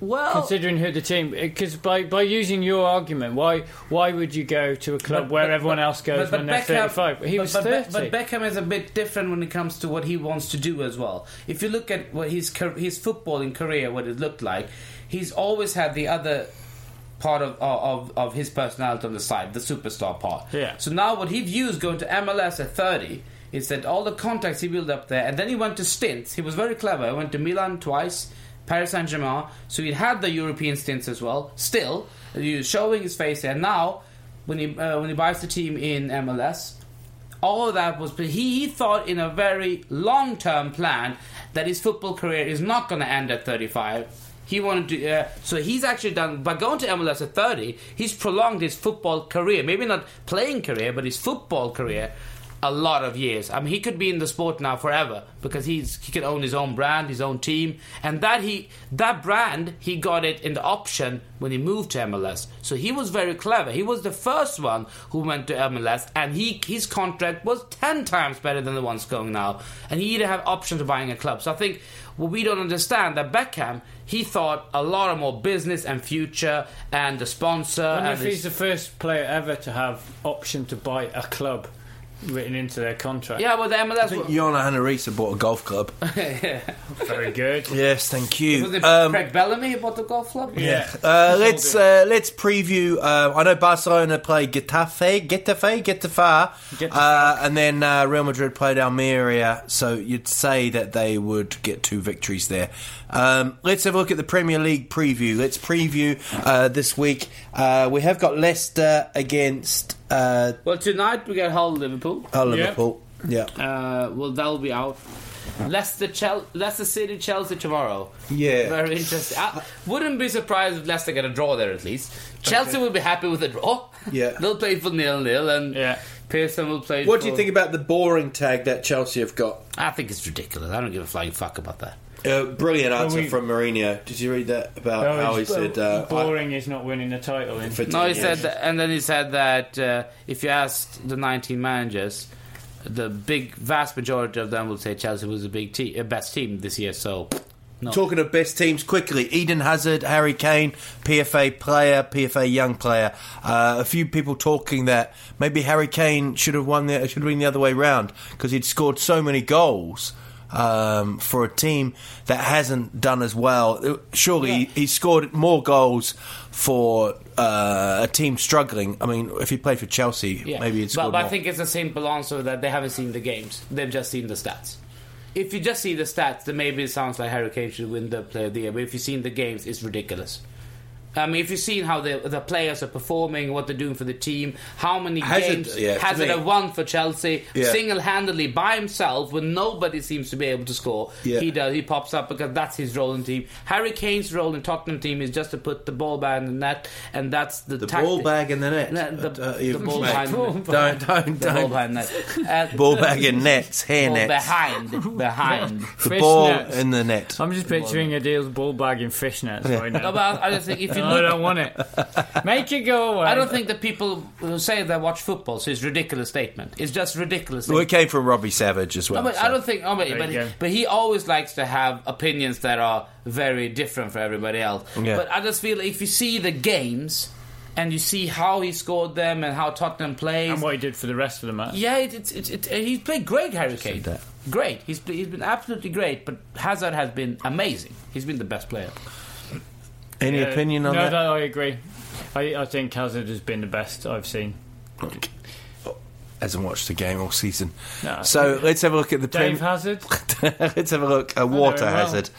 B: Well,
A: considering who the team. Because by, by using your argument, why why would you go to a club where everyone else goes when they're thirty-five? He
B: but-
A: was
B: but Be-
A: thirty.
B: But Beckham is a bit different when it comes to what he wants to do as well. If you look at what his car- his footballing career, what it looked like, he's always had the other part of of, of his personality on the side, the superstar part.
A: Yeah.
B: So now what he views going to MLS at thirty is that all the contacts he built up there, and then he went to stints. He was very clever. He went to Milan twice. Paris Saint Germain, so he had the European stints as well. Still, he was showing his face, and now when he uh, when he buys the team in MLS, all of that was but he, he thought in a very long term plan that his football career is not going to end at 35 he wanted to uh, so he's actually done by going to mls at 30 he's prolonged his football career maybe not playing career but his football career a lot of years i mean he could be in the sport now forever because he's he could own his own brand his own team and that he that brand he got it in the option when he moved to mls so he was very clever he was the first one who went to mls and he his contract was 10 times better than the ones going now and he didn't have options of buying a club so i think what we don't understand that beckham he thought a lot of more business and future and the sponsor
A: I wonder
B: and
A: if he's
B: his-
A: the first player ever to have option to buy a club written into their contract.
B: yeah well the mls
C: I think
B: was-
C: Jona Hanarisa bought a golf club.
A: very good.
C: yes, thank
B: was
C: you. Um,
B: it Craig Bellamy who bought the golf club?
C: Yeah. Uh, let's uh, let's preview. Uh, I know Barcelona play Getafe, Getafe, Getafe,
A: Getafe.
C: Uh, and then uh, Real Madrid played Almeria. So you'd say that they would get two victories there. Um, let's have a look at the Premier League preview. Let's preview uh, this week. Uh, we have got Leicester against uh,
B: Well, tonight we get Hull Liverpool.
C: oh, Liverpool. Yeah,
B: Uh, well, that'll be out. Leicester, Chel- Leicester City, Chelsea tomorrow.
C: Yeah.
B: very interesting. I wouldn't be surprised if Leicester get a draw there at least. Chelsea will be happy with a draw.
C: Yeah.
B: they'll play for nil nil, and
A: Yeah.
B: Pearson will play.
C: What do you
B: for-
C: think about the boring tag that Chelsea have got?
B: I think it's ridiculous. I don't give a flying fuck about that.
C: Uh, brilliant answer
A: we-
C: from Mourinho. Did you read that about
A: Oh,
C: how he
A: it's
C: said
A: bo-
C: uh,
A: boring is not winning the title. In.
C: I- for
B: No, he
C: 10
B: said,
C: years?
B: that, and then he said that uh, if you asked the 19 managers, the big vast majority of them will say Chelsea was the big te- uh, best team this year. So
C: Talking of best teams quickly, Eden Hazard, Harry Kane, PFA player, PFA young player. Uh, a few people talking that maybe Harry Kane should have won the should have been the other way round because he'd scored so many goals um, for a team that hasn't done as well. Uh, Surely he scored more goals for uh, a team struggling. I mean, if he played for Chelsea,
B: Yeah.
C: maybe he'd
B: but,
C: scored
B: but I
C: more.
B: think it's a simple answer that they haven't seen the games. They've just seen the stats. If you just see the stats, then maybe it sounds like Harry Kane should win the Player of the Year. But if you've seen the games, it's ridiculous. I mean, if you've seen how the the players are performing, what they're doing for the team, how many
C: Hazard,
B: games
C: yeah, to
B: Hazard
C: me-
B: have won for Chelsea
C: Yeah.
B: single handedly by himself when nobody seems to be able to score,
C: Yeah.
B: he does. He pops up because that's his role in team. Harry Kane's role in Tottenham team is just to put the ball back in the net, and that's the
C: the ball bag in the net.
B: No, the-
C: Uh, you-
B: the ball
C: mate,
B: behind the net.
C: Don't, don't,
B: the ball
C: don't.
B: behind net. And-
C: Ball bag in nets, hair
B: Ball
C: nets.
B: behind, behind.
C: the
A: Fish
C: ball
A: nets.
C: in the net.
A: I'm just picturing Adil's ball bag in fishnets right
B: No,
A: now.
B: but I just think if you
A: I don't want it. Make it go away.
B: I don't think that people who say they watch football so it's a ridiculous statement. It's just ridiculous.
C: Well, it came from Robbie Savage as well.
B: No, but
C: so.
B: I don't think. Oh, but,
A: There
B: but,
A: you go.
B: but he always likes to have opinions that are very different for everybody else.
C: Yeah.
B: But I just feel if you see the games and you see how he scored them and how Tottenham plays,
A: And what he did for the rest of the match.
B: yeah, it, it's it's it, he's played great, Harry Kane.
C: that.
B: Great. He's he's been absolutely great. But Hazard has been amazing. He's been the best player.
C: Any opinion on
A: no,
C: that?
A: No, I agree. I, I think Hazard has been the best I've seen.
C: Oh, Hasn't watched the game all season.
A: No.
C: so let's have a look at the
A: Dave
C: Prem-
A: Hazard.
C: Let's have a look. A water
A: well.
C: hazard.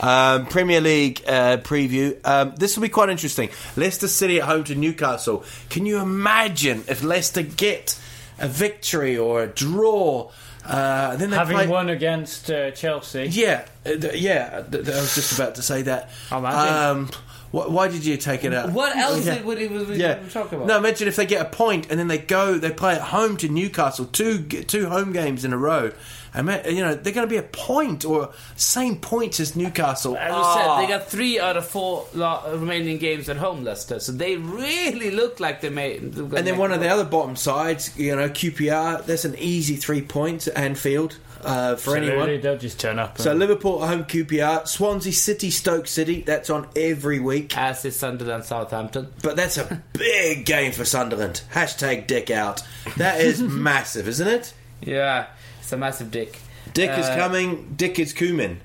C: Um, Premier League uh, preview. Um, this will be quite interesting. Leicester City at home to Newcastle. Can you imagine if Leicester get a victory or a draw? Uh, then they
A: Having
C: play-
A: won against uh, Chelsea.
C: Yeah, uh, th- yeah. th- th- I was just about to say that.
A: Imagine.
C: Um, wh- why did you take it out?
B: What else
C: Yeah.
B: would he, would we
C: Yeah.
B: talk about?
C: No, imagine if they get a point and then they go, they play at home to Newcastle, two g- two home games in a row. And ma- you know they're going to be a point or same points as Newcastle. Ah.
B: As we said, they got three out of four la- remaining games at home, Leicester. So they really look like they may.
C: and then one of the other bottom sides, you know, QPR. That's an easy three points at Anfield uh, for
A: Absolutely,
C: anyone.
A: they'll just turn up.
C: So
A: and-
C: Liverpool at home, QPR, Swansea City, Stoke City. That's on every week.
B: As is Sunderland, Southampton.
C: But that's a big game for Sunderland. Hashtag dick out. That is massive, isn't it?
B: Yeah, it's a massive dick.
C: Dick is
B: Uh,
C: coming. Dick is cumin.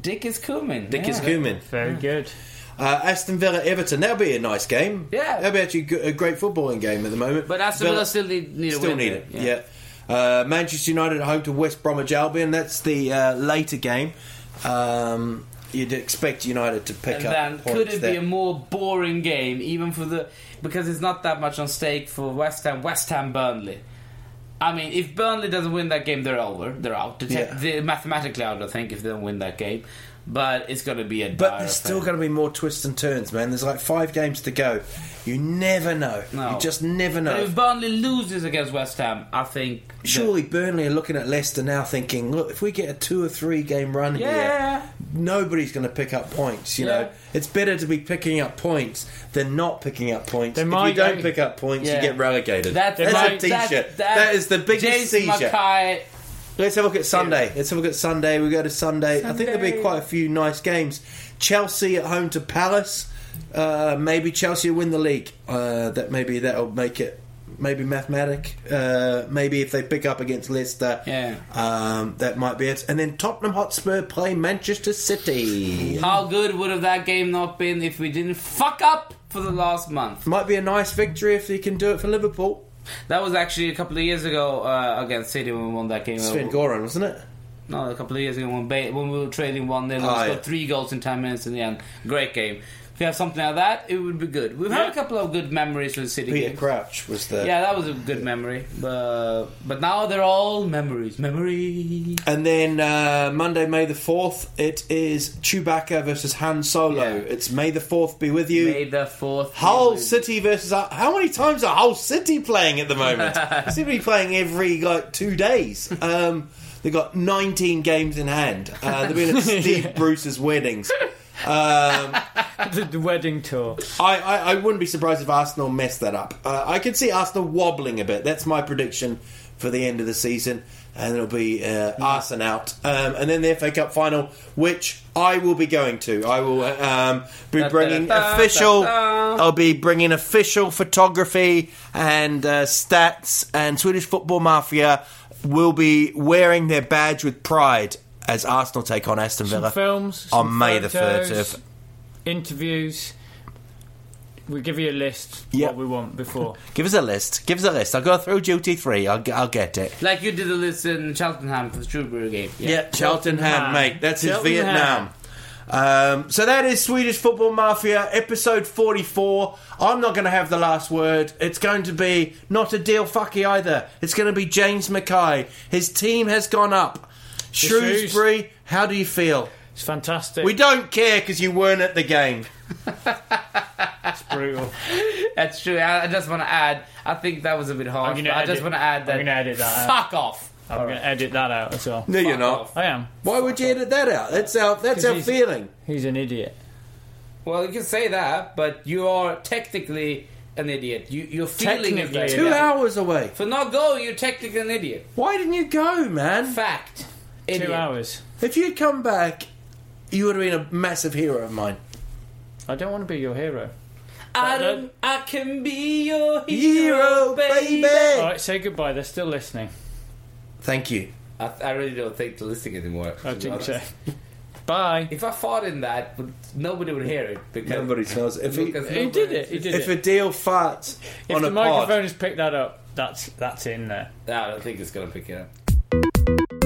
B: Dick is Cumin.
C: Dick is
B: yeah.
C: cumin.
A: very good.
C: Uh, Aston Villa Everton. That'll be a nice game.
B: Yeah.
C: that'll be actually a good- a great footballing game at the moment.
B: But Aston Villa still need, need a
C: still
B: win
C: need
B: there,
C: it. Yeah. Uh, Manchester United at home to West Bromwich Albion. That's the uh, later game. Um, you'd expect United to pick
B: And
C: up
B: then
C: points
B: could it be
C: there.
B: a more boring game, even for the because it's not that much on stake for West Ham. West Ham Burnley. I mean, if Burnley doesn't win that game, they're over. They're out. They're, te-
C: Yeah.
B: they're mathematically out, I think, if they don't win that game. But it's going to be a.
C: But
B: dire
C: there's still
B: affair.
C: going to be more twists and turns, man. There's like five games to go. You never know.
B: No.
C: You just never know.
B: But if Burnley loses against West Ham, I think. that-
C: Surely Burnley are looking at Leicester now, thinking, "Look, if we get a two or three game run
B: Yeah.
C: here, nobody's going to pick up points." You
B: Yeah.
C: know, it's better to be picking up points than not picking up points.
A: They
C: if
A: might-
C: you don't pick up points,
B: Yeah.
C: you get relegated.
B: That,
C: That's
B: that,
C: a t-shirt.
B: that-
C: that is the biggest
B: James
C: seizure.
B: Mackay-
C: Let's have a look at Sunday. Let's have a look at Sunday. We go to Sunday. I think there'll be quite a few nice games. Chelsea at home to Palace. Uh, maybe Chelsea will win the league. Uh, that maybe that'll make it. Maybe mathematic. Uh, maybe if they pick up against Leicester,
B: Yeah.
C: um, that might be it. And then Tottenham Hotspur play Manchester City.
B: How good would have that game not been if we didn't fuck up for the last month?
C: Might be a nice victory if they can do it for Liverpool.
B: That was actually a couple of years ago uh, against City when we won that game.
C: Sven Goran, wasn't it?
B: No, a couple of years ago when, ba- when we were trailing 1 0, we
C: Ah,
B: scored
C: yeah.
B: three goals in 10 minutes in the end. Great game. If we have something like that, it would be good. We've had a couple of good memories with City
C: Peter
B: games.
C: Crouch was the.
B: Yeah, that was a good memory. But, but now they're all memories. Memories.
C: And then uh, Monday, May the 4th, it is Chewbacca versus Han Solo.
B: Yeah.
C: It's May the 4th be with you.
B: May the 4th.
C: Hull
B: be with-
C: City versus. How many times are Hull City playing at the moment? they seem to be playing every like two days. Um, they've got 19 games in hand. Uh, they've been at Steve Bruce's weddings.
A: the, the wedding tour.
C: I, I, I wouldn't be surprised if Arsenal messed that up. Uh, I could see Arsenal wobbling a bit. That's my prediction for the end of the season. And it'll be uh, Arsenal out. Um, and then the FA Cup final, which I will be going to. I will um, be bringing
B: da, da,
C: official.
B: da, da.
C: I'll be bringing official photography and uh, stats. And Swedish Football Mafia will be wearing their badge with pride as Arsenal take on Aston Villa
A: Films.
C: on
A: some
C: May
A: photos,
C: the 30th.
A: Interviews. We give you a list
C: Yeah.
A: what we want before.
C: Give us a list. Give us a list. I'll go through duty free. I'll, I'll get it.
B: Like you did the list in Cheltenham for the Shrewsbury game.
C: Yeah, Cheltenham,
A: Cheltenham.
C: mate. That's his Vietnam.
A: Cheltenham.
C: Um, so that is Swedish Football Mafia, episode 44. I'm not going to have the last word. It's going to be not a deal fucky either. It's going to be James Mackay. His team has gone up.
A: Shrews.
C: Shrewsbury, how do you feel?
A: It's fantastic.
C: We don't care because you weren't at the game.
A: It's brutal.
B: That's true. I, I just want to add. I think that was a bit harsh.
A: I'm
B: But
A: gonna
B: I just
A: edit-
B: want to add
A: I'm
B: that.
A: gonna edit that out.
B: Fuck off.
A: I'm going to edit that out as well.
C: No, you're
B: Fuck
C: not.
B: off.
A: I am.
C: Why would you edit that out? That's our that's our
A: he's-
C: feeling.
A: He's an idiot.
B: Well, you can say that, but you are technically an idiot. You, you're feeling it.
A: Technically.
C: Two
A: Yeah.
C: hours away.
B: For not going, you're technically an idiot.
C: Why didn't you go, man?
B: Fact. Idiot.
A: Two hours.
C: If you'd come back, you would have been a massive hero of mine.
A: I don't want to be your hero.
B: I, don't, I can be your
C: Hero,
B: hero,
C: baby.
A: All right, say goodbye. They're still listening.
C: Thank you.
B: I, I really don't think they're listening anymore.
A: I
B: to be
A: think so.
B: honest.
A: Bye.
B: If I fought in that, would- nobody would hear it because
C: Nobody smells it. If he-
B: because
A: He did it. He did
C: If
A: it.
C: a deal farts
A: If
C: on
A: the
C: a pod,
A: microphone has picked that up, that's that's in there.
B: No, I don't think it's gonna pick it up.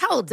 F: Hold